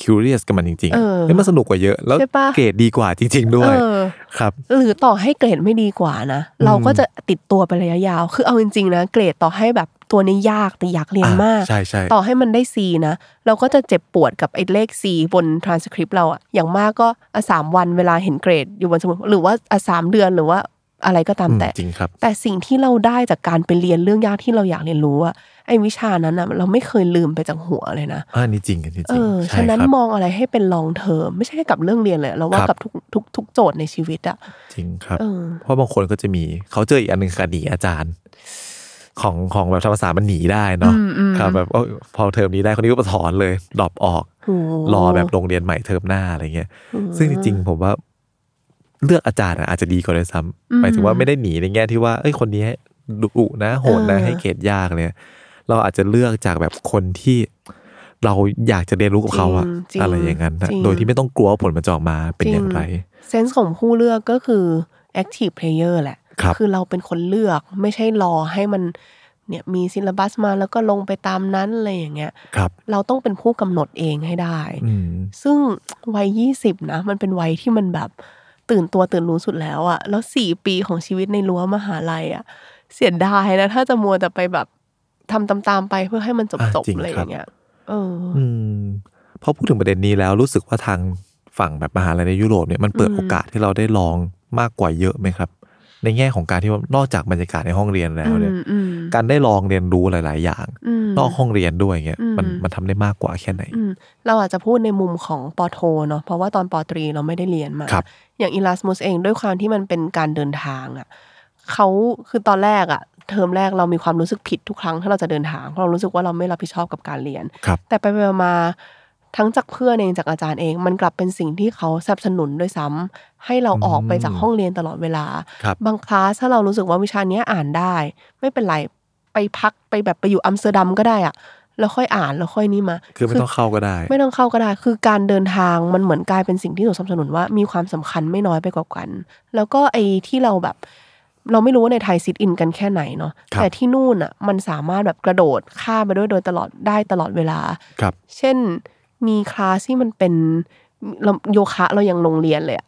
Speaker 2: คิวเรียสกับมันจริง
Speaker 3: เออ
Speaker 2: เฮ้ยมันสนุกกว่าเยอะแล้ว
Speaker 3: ใช่ปะ
Speaker 2: เกรดดีกว่าจริง ๆ ด้ว
Speaker 3: เอย อ
Speaker 2: ครับ
Speaker 3: หรือต่อให้เกรดไม่ดีกว่านะ
Speaker 2: อืม
Speaker 3: เราก็จะติดตัวไประยะยาว คือเอาจริงๆนะ เกรดต่อให้แบบตัวนี้ยากแต่อยากเรียน
Speaker 2: อ่ะ
Speaker 3: มาก
Speaker 2: ใช่ใช่
Speaker 3: ต่อให้มันได้ C นะ เราก็จะเจ็บปวดกับไอ้เลข C บน transcript เราอะอย่างมากก็อ่ะสามวันเวลาเห็นเกรดอยู่บนสมุดหรือว่าอ่ะสามเดือนหรือว่าอะไรก็ตามแต่
Speaker 2: อืมจริงครับ
Speaker 3: แต่สิ่งที่เราได้จากการไปเรียนเรื่องยากที่เราอยากเรียนรู้อะไอ้วิชานั้นอะเราไม่เคยลืมไปจากหัวเลยนะ
Speaker 2: อ่านี่จริงอันนี้จ
Speaker 3: เอ
Speaker 2: ริง
Speaker 3: อ
Speaker 2: ใช่
Speaker 3: ฉะนั้น
Speaker 2: ครับ
Speaker 3: มองอะไรให้เป็น long term ไม่ใช่แค่กับเรื่องเรียนเลยเราว่า
Speaker 2: ครับ
Speaker 3: กับทุกทุกทุกโจทย์ในชีวิตอะ
Speaker 2: จริงครับ
Speaker 3: เออ
Speaker 2: เพราะบางคนก็จะมีเขาเจออีกอันหนึ่งคือหนีอาจารย์ ของของแบบธรรมศาสตร์มันหนีได้เนาะ
Speaker 3: อืมอืม
Speaker 2: ครับแบบเอ้ยพอเทอมนี้ได้คนนี้ก็ถอนเลยดรอปออก
Speaker 3: โอ้
Speaker 2: รอแบบโรงเรียนใหม่เทอมหน้าอะไรเงี้ย ซึ่งจริงๆผมว่า เลือกอาจารย์อะอาจจะดีกว่าเลยซ้ำหมายถึงว่าไม่ได้หนีในแง่ที่ว่าเอ้ยคนนี้ดุๆนะโหดนะให้เกรดยากเนี่ย เราอาจจะเลือกจากแบบคนที่เราอยากจะเรียนรู้กับเขาอะ
Speaker 3: จริงๆ
Speaker 2: อะไรอย่างนั้นนะ
Speaker 3: จริง
Speaker 2: โดยที่ไม่ต้องกลัวว่าผลมันจะออกมาเป็นอย่างไร
Speaker 3: เซนส์ของผู้เลือกก็คือ active player แหละ
Speaker 2: ครับ
Speaker 3: คือเราเป็นคนเลือกไม่ใช่รอให้มันเนี่ยมีซิลบัสมาแล้วก็ลงไปตามนั้นอะไรอย่างเงี้ย
Speaker 2: ครับ
Speaker 3: เราต้องเป็นผู้กำหนดเองให้ได้
Speaker 2: อืม
Speaker 3: ซึ่งวัยยี่สิบนะ มันเป็นวัยที่มันแบบตื่นตัวตื่นรู้สุดแล้วอะแล้วสี่ปีของชีวิตในรั้วมหาลัยอะเสียดายนะ ถ้าจะมัวแต่ไปแบบทำตามๆไปเพื่อให้มันจบ
Speaker 2: อ่ะ
Speaker 3: จบ
Speaker 2: จริง
Speaker 3: อะไรอ
Speaker 2: ครับ
Speaker 3: ย่างเงี้ยเออ
Speaker 2: อืมพอพูดถึงประเด็นนี้แล้วรู้สึกว่าทางฝั่งแบบมหาลัยในยุโรปเนี่ยมันเปิดโอกาสให้เราได้ลองมากกว่าเยอะไหมครับ ในแง่ของการที่ว่านอกจากบรรยากาศในห้องเรียนแล้วเนี่ย
Speaker 3: อืมอืม
Speaker 2: การได้ลองเรียนรู้หลาย ๆ อย่าง
Speaker 3: อืม
Speaker 2: นอกห้องเรียนด้วยเงี้ย
Speaker 3: อืม
Speaker 2: มันมันทำได้มากกว่าแค่ไหน
Speaker 3: อืมเราอาจจะพูดในมุมของปอโทเนาะเพราะว่าตอนปอตรีเราไม่ได้เรียนมา
Speaker 2: ครับ
Speaker 3: อย่างอ r ล s สมุสเองด้วยความที่มันเป็นการเดินทางอะ่ะเขาคือตอนแรกอะ่ะ เทอมแรกเรามีความรู้สึกผิดทุกครั้งที่เราจะเดินทางเพราะเรารู้สึกว่าเราไม่รับผิดชอบกับการเรียน
Speaker 2: ครับ
Speaker 3: แต่ไปไปมาทั้งจากเพื่อนเองจากอาจารย์เอง มันกลับเป็นสิ่งที่เขาสนับสนุนด้วยซ้ำให้เราออกไปจากห้องเรียนตลอดเวลา
Speaker 2: ครับ
Speaker 3: บางคลาสถ้าเรารู้สึกว่าวิชาเนี้ยอ่านได้ ไม่เป็นไรไปพักไปแบบไปอยู่อัมสเตอร์ดัมก็ได้อะแล้วค่อยอ่านแล้วค่อยนี่มา
Speaker 2: คือไม่ต้องเข้าก็ได้
Speaker 3: ไม่ต้องเข้าก็ได้ คือการเดินทางมันเหมือนกลายเป็นสิ่งที่ถูกสนับสนุนว่ามีความสำคัญไม่น้อยไปกว่ากัน แล้วก็ไอ้ที่เราแบบ เราไม่รู้ว่าในไทยซิดอินกันแค่ไหนเนาะ
Speaker 2: ครับ
Speaker 3: แต่ที่นู่นอ่ะมันสามารถแบบกระโดดข้ามไปด้วยโดยตลอดได้ตลอดเวลา
Speaker 2: ครับ
Speaker 3: เช่นมีคลาสที่มันเป็นเราโยคะเรายังโรงเรียนเลยอะ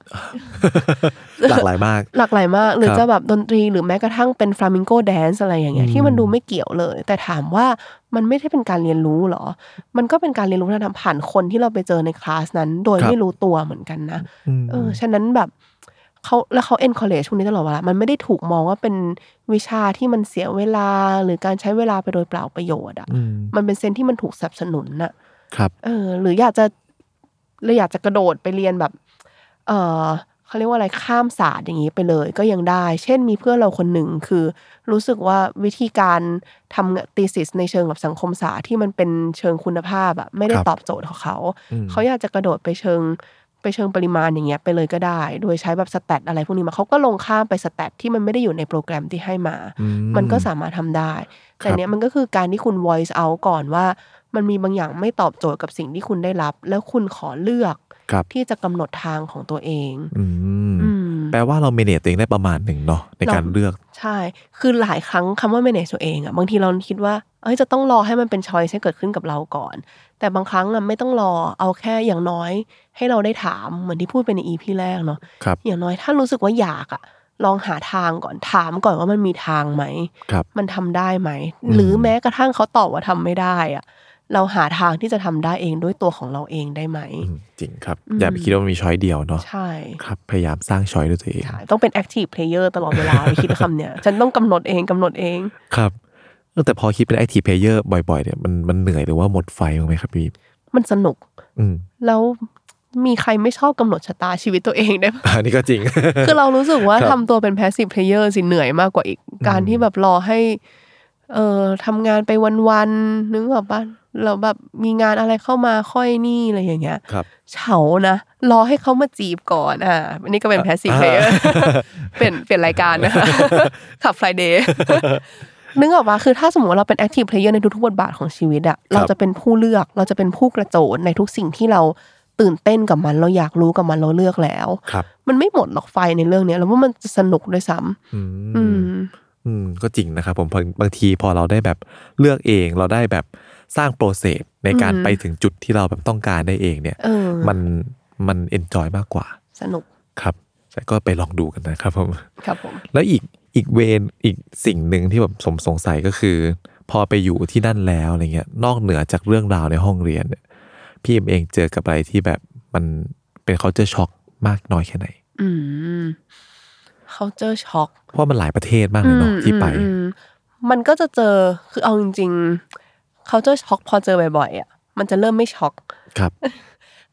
Speaker 2: หลากหลายมาก
Speaker 3: หลากหลายมากหรือ
Speaker 2: ครับ
Speaker 3: จะแบบดนตรีหรือแม้กระทั่งเป็นฟลามิงโกแดนซ์อะไรอย่างเงี้ย
Speaker 2: อืม
Speaker 3: ที่มันดูไม่เกี่ยวเลย แต่ถามว่ามันไม่ใช่เป็นการเรียนรู้หรอ มันก็เป็นการเรียนรู้วัฒนธรรมผ่านคนที่เราไปเจอในคลาสนั้น โดยไม่รู้ตัวเหมือนกันนะ
Speaker 2: ม
Speaker 3: เออฉะนั้นแบบเขาแล้วเขา encourage พวกนี้ตลอดเวลา มันไม่ได้ถูกมองว่าเป็นวิชาที่มันเสียเวลาหรือการใช้เวลาไปโดยเปล่าประโยชน์อ่ะ
Speaker 2: ม
Speaker 3: มันเป็นเซนที่มันถูกสนับสนุนน่ะ
Speaker 2: ครับ
Speaker 3: เออหรืออยากจะเราอยากจะกระโดดไปเรียนแบบ เออ เขาเรียกว่าอะไรข้ามศาสตร์อย่างนี้ไปเลยก็ยังได้ เช่นมีเพื่อนเราคนหนึ่งคือ รู้สึกว่าวิธีการทำตีสิสในเชิงแบบสังคมศาสตร์ที่มันเป็นเชิงคุณภาพอะไม่ได้
Speaker 2: ครับ
Speaker 3: ตอบโจทย์ของเขา
Speaker 2: อืม
Speaker 3: เขาอยากจะกระโดดไปเชิงไปเชิงปริมาณอย่างเงี้ยไปเลยก็ได้ โดยใช้แบบสแตทอะไรพวกนี้มาเขาก็ลงข้ามไปสแตทที่มันไม่ได้อยู่ในโปรแกรมที่ให้มา
Speaker 2: อื
Speaker 3: มันก็สามารถทำได้ แต่
Speaker 2: ครับ
Speaker 3: เนี้ยมันก็คือการที่คุณ voice out ก่อนว่า มันมีบางอย่างไม่ตอบโจทย์กับสิ่งที่คุณได้รับ แล้วคุณขอเลือก
Speaker 2: ครับ
Speaker 3: ที่จะกำหนดทางของตัวเอง
Speaker 2: อืม
Speaker 3: อืม
Speaker 2: แปลว่าเราเมเนจตัวเองได้ประมาณหนึ่งเนาะในการ
Speaker 3: เรา
Speaker 2: เลือก
Speaker 3: ใช่ คือหลายครั้งคำว่า manage ตัวเองอะบางทีเราคิดว่า เอ้ย จะต้องรอให้มันเป็นชอยให้เกิดขึ้นกับเราก่อน แต่บางครั้งอะไม่ต้องรอ เอาแค่อย่างน้อย ให้เราได้ถามเหมือนที่พูดไปใน EP แรกเนาะ
Speaker 2: ครับ
Speaker 3: อย่างน้อยถ้ารู้สึกว่าอยากอะลองหาทางก่อน ถามก่อนว่ามันมีทางไหม
Speaker 2: ครับ
Speaker 3: มันทำได้ไหม
Speaker 2: อืม
Speaker 3: หรือแม้กระทั่งเขาตอบว่าทำไม่ได้อะเราหาทางที่จะทำได้เองด้วยตัวของเราเองได้ไหม
Speaker 2: อืมจริงครับ
Speaker 3: อืม
Speaker 2: อย่าไปคิดว่ามันมีช้อยเดียวเนาะ
Speaker 3: ใช่
Speaker 2: ครับ พยายามสร้างช้อยด้วยตัวเอง
Speaker 3: ใช่ต้องเป็น active player ตลอดเวลา ไปคิดคำเนี้ย ฉันต้องกำหนดเองกำหนดเอง
Speaker 2: ครับเออแต่พอคิดเป็น active player บ่อยๆเนี่ยมันมันเหนื่อยหรือว่าหมดไฟบ้างไหมครับพี่
Speaker 3: มันสนุก
Speaker 2: อืม
Speaker 3: แล้วมีใครไม่ชอบกำหนดชะตาชีวิตตัวเองได้ ปะ
Speaker 2: อันนี้ก็จริง
Speaker 3: คือเรารู้สึกว่า
Speaker 2: ครับ
Speaker 3: ทำตัวเป็น passive player สิเหนื่อยมากกว่าอีก การที่แบบรอให้ เอ่อทำงานไปวันๆนึกออกปะเราแบบมีงานอะไรเข้ามาค่อยนี่อะไรอย่างเงี้ย
Speaker 2: ครับ
Speaker 3: เฉานะ รอให้เขามาจีบก่อนอ่ะอันนี้ก็เป็น passive player เปลี่ยนเปลี่ยนราย การนะคะ ขับ Friday นึกออกปะคือถ้าสมมติว่าเราเป็น active player ในทุกๆบทบาทของชีวิตอะเราจะเป็นผู้เลือกเราจะเป็นผู้กระโจนในทุกสิ่งที่เราตื่นเต้นกับมัน เราอยากรู้กับมันเราเลือกแล้ว
Speaker 2: ครับ
Speaker 3: มันไม่หมดหรอกไฟในเรื่องเนี้ยแล้วว่ามันจะสนุกด้วยซ้ำ
Speaker 2: อื
Speaker 3: อื
Speaker 2: ม
Speaker 3: ม
Speaker 2: อืมก็จริงนะครับผมพอบางทีพอเราได้แบบเลือกเองเราได้แบบสร้างโปรเซสในการ
Speaker 3: อืม
Speaker 2: ไปถึงจุดที่เราแบบต้องการได้เองเนี่ย
Speaker 3: เออ
Speaker 2: มันมันเอนจอยมากกว่า
Speaker 3: สนุก
Speaker 2: ครับแต่ก็ไปลองดูกันนะครับผม
Speaker 3: ครับผม
Speaker 2: แล้วอีกอีกเวนอีกสิ่งหนึ่งที่แบบสมสงสัยก็คือ พอไปอยู่ที่นั่นแล้วอะไรเงี้ยนอกเหนือจากเรื่องราวในห้องเรียนเนี่ยพี่เอ็มเองเจอกับอะไรที่แบบมันเป็น culture shock มากน้อยแค่ไหน
Speaker 3: อืมเขาเจอช็อก
Speaker 2: เพราะมันหลายประเทศมากเลยเนาะที่ไป
Speaker 3: อืมอืมมันก็จะเจอคือเอาจริงๆเขาเจอช็อกพอเจอบ่อยๆอ่ะมันจะเริ่มไม่ช็อก
Speaker 2: ครับ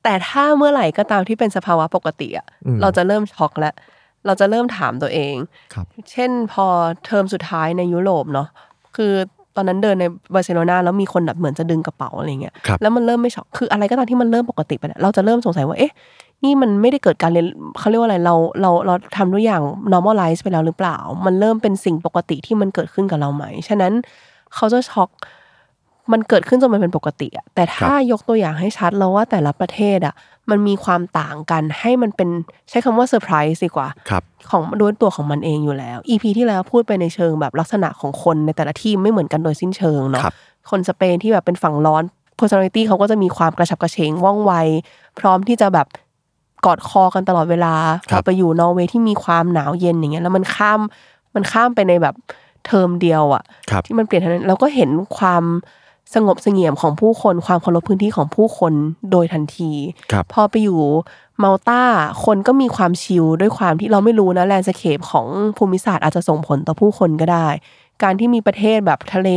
Speaker 3: แต่ถ้าเมื่อไหร่ก็ตามที่เป็นสภาวะปกติอะ
Speaker 2: อืม
Speaker 3: เราจะเริ่มช็อกแล้ว เราจะเริ่มถามตัวเอง
Speaker 2: ครับ
Speaker 3: เช่นพอเทอมสุดท้ายในยุโรปเนาะคือตอนนั้นเดินในบาร์เซโลนาแล้วมีคนแบบเหมือนจะดึงกระเป๋าอะไรเงี้ย
Speaker 2: ครับ
Speaker 3: แล้วมันเริ่มไม่ช็อกคืออะไรก็ตามที่มันเริ่มปกติไปแล้วเราจะเริ่มสงสัยว่าเอ๊ะนี่มันไม่ได้เกิดการเรียนเขาเรียกว่าอะไรเราเราเราทำทุกอย่าง normalize ไปแล้วหรือเปล่า มันเริ่มเป็นสิ่งปกติที่มันเกิดขึ้นกับเราไหมฉะนั้นเขาจะช็อก มันเกิดขึ้นจนมันเป็นปกติอะแต่ถ้ายกตัวอย่างให้ชัดเราว่าแต่ละประเทศอะมันมีความต่างกันให้มันเป็นใช้คำว่าเซอร์ไพรส์ดีกว่า
Speaker 2: ครับ
Speaker 3: ของด้วยตัวของมันเองอยู่แล้ว EP ที่แล้วพูดไปในเชิงแบบลักษณะของคนในแต่ละที่ไม่เหมือนกันโดยสิ้นเชิงเนาะ
Speaker 2: ครับ
Speaker 3: คนสเปนที่แบบเป็นฝั่งร้อน personality เขาก็จะมีความกระฉับกระเฉงว่องไว พร้อมที่จะแบบกอดคอกันตลอดเวลาพ
Speaker 2: ครั
Speaker 3: อบ ไปอยู่นอร์เวย์ที่มีความหนาวเย็นอย่างเงี้ยแล้วมันข้ามมันข้ามไปในแบบเทอมเดียวอะ
Speaker 2: ครับ
Speaker 3: ที่มันเปลี่ยนทันทีเราก็เห็นความสงบเสงี่ยมของผู้คนความเคารพพื้นที่ของผู้คนโดยทันที
Speaker 2: ครับ
Speaker 3: พอไปอยู่เมาตาคนก็มีความชิลด้วยความที่เราไม่รู้นะแลนด์สเคปของภูมิศาสตร์อาจจะส่งผลต่อผู้คนก็ได้ การที่มีประเทศแบบทะเล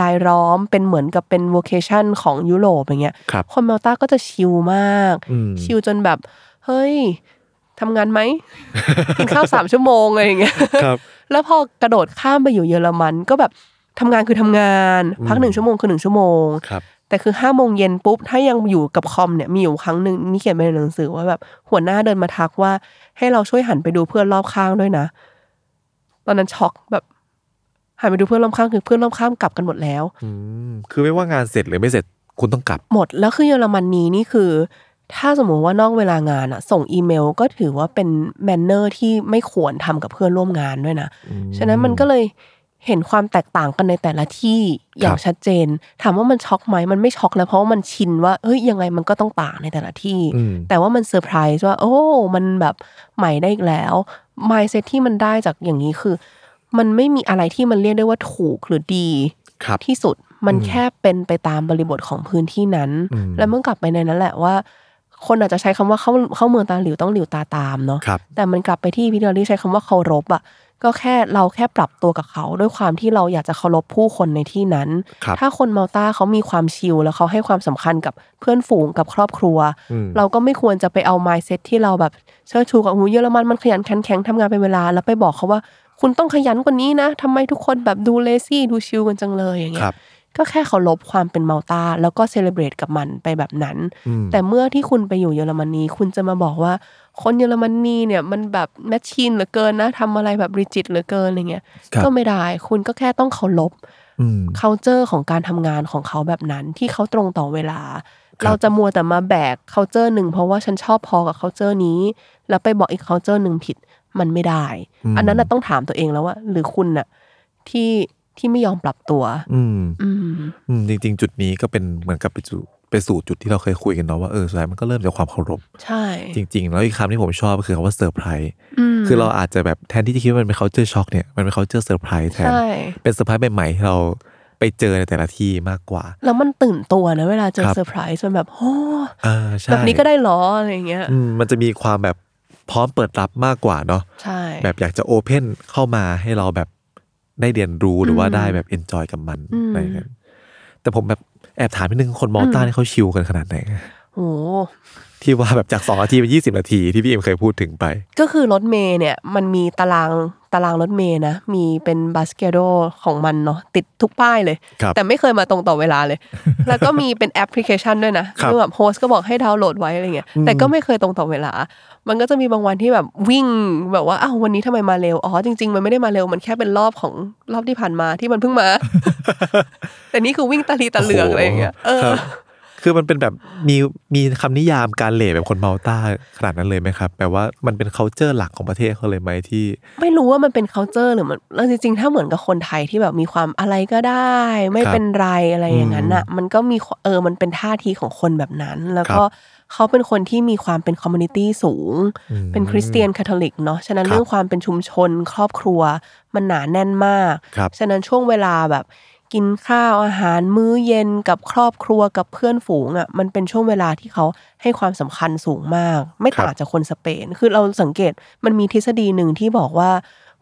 Speaker 3: รายล้อมเป็นเหมือนกับเป็นโวเคชันของยุโรปอย่างเงี้ย
Speaker 2: ครับ
Speaker 3: คนเมาตาก็จะชิลมาก
Speaker 2: อืม
Speaker 3: ชิลจนแบบ เฮ้ยทำงานไหม กินข้าวสามชั่วโมงอะไรอย่างเงี้ย
Speaker 2: ครับ
Speaker 3: แล้วพอกระโดดข้ามไปอยู่เยอรมัน ก็แบบทำงานคือทำงาน
Speaker 2: อืม
Speaker 3: พักหนึ่งชั่วโมงคือหนึ่งชั่วโมง
Speaker 2: ครับ
Speaker 3: แต่คือห้าโมงเย็นปุ๊บ ถ้ายังอยู่กับคอมเนี่ยมีอยู่ครั้งหนึ่งนี่เขียนไปในหนังสือว่าแบบหัวหน้าเดินมาทักว่า ให้เราช่วยหันไปดูเพื่อนรอบข้างด้วยนะ ตอนนั้นช็อกแบบหันไปดูเพื่อนรอบข้างคือเพื่อนรอบข้างกลับกันหมดแล้ว
Speaker 2: อืม คือไม่ว่างานเสร็จหรือไม่เสร็จคุณต้องกลับ
Speaker 3: หมดแล้วคือเยอรมนนีนี่คือ ถ้าสมมุติว่านอกเวลางานอะส่งอีเมลก็ถือว่าเป็นแมนเนอร์ที่ไม่ควรทำกับเพื่อนร่วมงานด้วยนะ
Speaker 2: อืม
Speaker 3: ฉะนั้นมันก็เลยเห็นความแตกต่างกันในแต่ละที่อย่าง
Speaker 2: ครับ
Speaker 3: ชัดเจน ถามว่ามันช็อกไหมมันไม่ช็อกแล้วเพราะว่ามันชินว่าเอ้ยยังไงมันก็ต้องต่างในแต่ละที่
Speaker 2: อืม
Speaker 3: แต่ว่ามันเซอร์ไพรส์ว่าโอ้ มันแบบใหม่ได้อีกแล้ว mindset ที่มันได้จากอย่างนี้คือ มันไม่มีอะไรที่มันเรียกได้ว่าถูกหรือดี
Speaker 2: ครับ
Speaker 3: ที่สุดมัน
Speaker 2: อืม
Speaker 3: แค่เป็นไปตามบริบทของพื้นที่นั้น
Speaker 2: อืม
Speaker 3: แล้วมันกลับไปในนั้นแหละว่า คนอาจจะใช้คำว่าเข้าเข้าเมืองตาหลิวต้องหลิวตาตามเนาะ
Speaker 2: ครับ
Speaker 3: แต่มันกลับไปที่พี่เดอรี่ใช้คำว่าเคารพอะ ก็แค่เราแค่ปรับตัวกับเขา ด้วยความที่เราอยากจะเคารพผู้คนในที่นั้น
Speaker 2: ครับ
Speaker 3: ถ้าคนเมาตาเขามีความชิลแล้วเขาให้ความสำคัญกับเพื่อนฝูงกับครอบครัว
Speaker 2: อืม
Speaker 3: เราก็ไม่ควรจะไปเอา mindset ที่เราแบบเชิดชูกับหูเยอรมันมันขยันขันแข็งทำงานเป็นเวลา แล้วไปบอกเขาว่า คุณต้องขยันกว่านี้นะทำไมทุกคนแบบดูเลซี่ดูชิลกันจังเลยอย่างเงี้
Speaker 2: ค
Speaker 3: ย
Speaker 2: รับ
Speaker 3: ก็แค่เคารพความเป็นเมาตาแล้วก็เซเลบรตกับมันไปแบบนั้น
Speaker 2: อืม
Speaker 3: แต่เมื่อที่คุณไปอยู่เยอรมนีคุณจะมาบอกว่า คนเยอรมนีเนี่ยมันแบบแมชชีนเหลือเกินนะทำอะไรแบบริจิตเหลือเกินอะไรเงี้ย
Speaker 2: ครับ
Speaker 3: ก็ไม่ได้คุณก็แค่ต้องเคารพ
Speaker 2: อืม
Speaker 3: c u เจอร์ของการทำงานของเขาแบบนั้นที่เขาตรงต่อเวลา
Speaker 2: ครับ
Speaker 3: เราจะมัวแต่มาแบก c u เจอร์หนึ่งเพราะว่าฉันชอบพอกับ c u เจอร์นี้ แล้วไปบอกอีก c u เจอร์หนึ่งผิดมันไม่ได้
Speaker 2: อืม
Speaker 3: อันนั้นน่ะต้องถามตัวเองแล้วว่า หรือคุณน่ะที่ที่ไม่ยอมปรับตัว
Speaker 2: อืม
Speaker 3: อืม
Speaker 2: อืมจริง ๆ จุดนี้ก็เป็นเหมือนกับไปสู่ไปสู่จุดที่เราเคยคุยกันเนาะว่าเออสุดท้ายมันก็เริ่มจากความเคารพ
Speaker 3: ใช่
Speaker 2: จริง ๆ แล้วอีกคำที่ผมชอบก็คือคำว่าเซอร์ไพรส์
Speaker 3: ม
Speaker 2: คือเราอาจจะแบบแทนที่จะคิดว่ามันเป็น culture shock เนี่ยมันเป็น culture surprise แทน
Speaker 3: ใช่
Speaker 2: เป็นเซอร์ไพรส์ใหม่ๆที่เราไปเจอในแต่ละที่มากกว่า
Speaker 3: แล้วมันตื่นตัวนะเวลาเจอ
Speaker 2: ครับ
Speaker 3: เซอร์ไพรส์มันแบบโอ้
Speaker 2: อ่าใช่
Speaker 3: แบบนี้ก็ได้เหรออะไรอย่างเงี้ย
Speaker 2: อืมมันจะมีความแบบพร้อมเปิดรับมากกว่าเนาะ
Speaker 3: ใช่
Speaker 2: แบบอยากจะโอเพนเข้ามาให้เราแบบได้เรียนรู้หรือว่าได้แบบเอนจอยกับมันอะไรอย่างเงี้ยแต่ผมแบบแอบถามนิดนึงคนมอลต้าเนี่ยเขาชิลกันขนาดไหน
Speaker 3: โอ้
Speaker 2: ที่ว่าแบบจาก 2 นาทีเป็น 20 นาทีที่พี่เอ็มเคยพูดถึงไป
Speaker 3: ก็คือรถเมย์เนี่ยมันมีตารางตารางรถเมย์นะ มีเป็นบัสเกโดของมันเนาะติดทุกป้ายเลย
Speaker 2: ครับ
Speaker 3: แต่ไม่เคยมาตรงต่อเวลาเลย แล้วก็มีเป็นแอปพลิเคชันด้วยนะครับคือแบบโฮสก็บอกให้ดาวน์โหลดไว้อะไรเงี้ยแต่ก็ไม่เคยตรงต่อเวลา มันก็จะมีบางวันที่แบบวิ่งแบบว่าอ้าววันนี้ทำไมมาเร็วอ๋อจริง ๆ มันไม่ได้มาเร็วมันแค่เป็นรอบของรอบที่ผ่านมาที่มันเพิ่งมา แต่นี่คือวิ่งตาลีตาเหลือง
Speaker 2: โโห
Speaker 3: อะไรอย่างเงี้ยเออ
Speaker 2: ครับ คือมันเป็นแบบมีมีคำนิยามการเหล่แบบคนเมาต้าขนาดนั้นเลยไหมครับแปลว่ามันเป็น c u เจอร์หลักของประเทศเขาเลยไหมที่
Speaker 3: ไม่รู้ว่ามันเป็น c u เจอร์หรือมันแล้วจริงๆ ถ้าเหมือนกับคนไทยที่แบบมีความอะไรก็ได้ ไม่
Speaker 2: ครับ
Speaker 3: เป็นไรอะไรอย่างนั้นอ่ะ มันก็มีเออมันเป็นท่าทีของคนแบบนั้น แล้ว
Speaker 2: ค
Speaker 3: ก็
Speaker 2: รับ
Speaker 3: เขาเป็นคนที่มีความเป็นคอมมูนิตี้สูง
Speaker 2: อืม
Speaker 3: เป็นคริสเตียนคาทอลิกเนาะฉะนั้น
Speaker 2: ครับ
Speaker 3: เรื่องความเป็นชุมชน ครอบครัว มันหนาแน่นมาก
Speaker 2: ครับ
Speaker 3: ฉะนั้นช่วงเวลาแบบกินข้าวอาหารมื้อเย็นกับครอบครัวกับเพื่อนฝูงอ่ะมันเป็นช่วงเวลาที่เขาให้ความสำคัญสูงมาก ไม่ต่างจากคนสเปน คือเราสังเกตมันมีทฤษฎีหนึ่งที่บอกว่า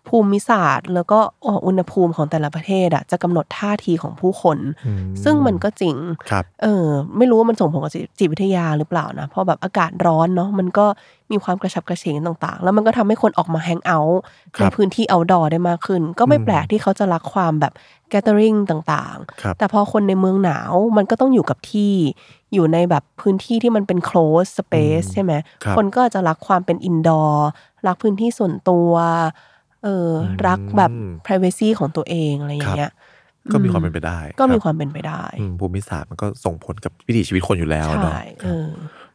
Speaker 3: ภูมิศาสตร์ แล้วก็อุณหภูมิของแต่ละประเทศอ่ะจะกำหนดท่าทีของผู้คน
Speaker 2: อืม
Speaker 3: ซึ่งมันก็จริง
Speaker 2: ครับ
Speaker 3: เออไม่รู้ว่ามันส่งผลกับจิตจิตวิทยาหรือเปล่านะ เพราะแบบอากาศร้อนเนาะมันก็มีความกระชับกระเฉงต่างๆ แล้วมันก็ทำให้คนออกมาแฮงเอาท์
Speaker 2: ค
Speaker 3: ใน
Speaker 2: รับ
Speaker 3: พื้นที่เอาดอได้มากขึ้น ก็ไม่
Speaker 2: อืม
Speaker 3: แปลกที่เขาจะรักความแบบ g a t h e r i n g ต่าง
Speaker 2: ครับ
Speaker 3: ๆ แต่พอคนในเมืองหนาวมันก็ต้องอยู่กับที่อยู่ในแบบพื้นที่ที่มันเป็น close space ใช่ไหม
Speaker 2: ครับ
Speaker 3: นก็อาจจะรักความเป็น indoor รักพื้นที่ส่วนตัวเอออ
Speaker 2: ม
Speaker 3: รักแบบ privacy ของตัวเองอะไรอย่างเงี้ย
Speaker 2: ก็มีความเป็นไปได้
Speaker 3: ก็มี
Speaker 2: รับ
Speaker 3: ความเป็นไปได้
Speaker 2: อืมภูมิศาสตร์มันก็ส่งผลกับวิถีชีวิตคนอยู่แล้ว
Speaker 3: ใช่
Speaker 2: เนาะ
Speaker 3: เออ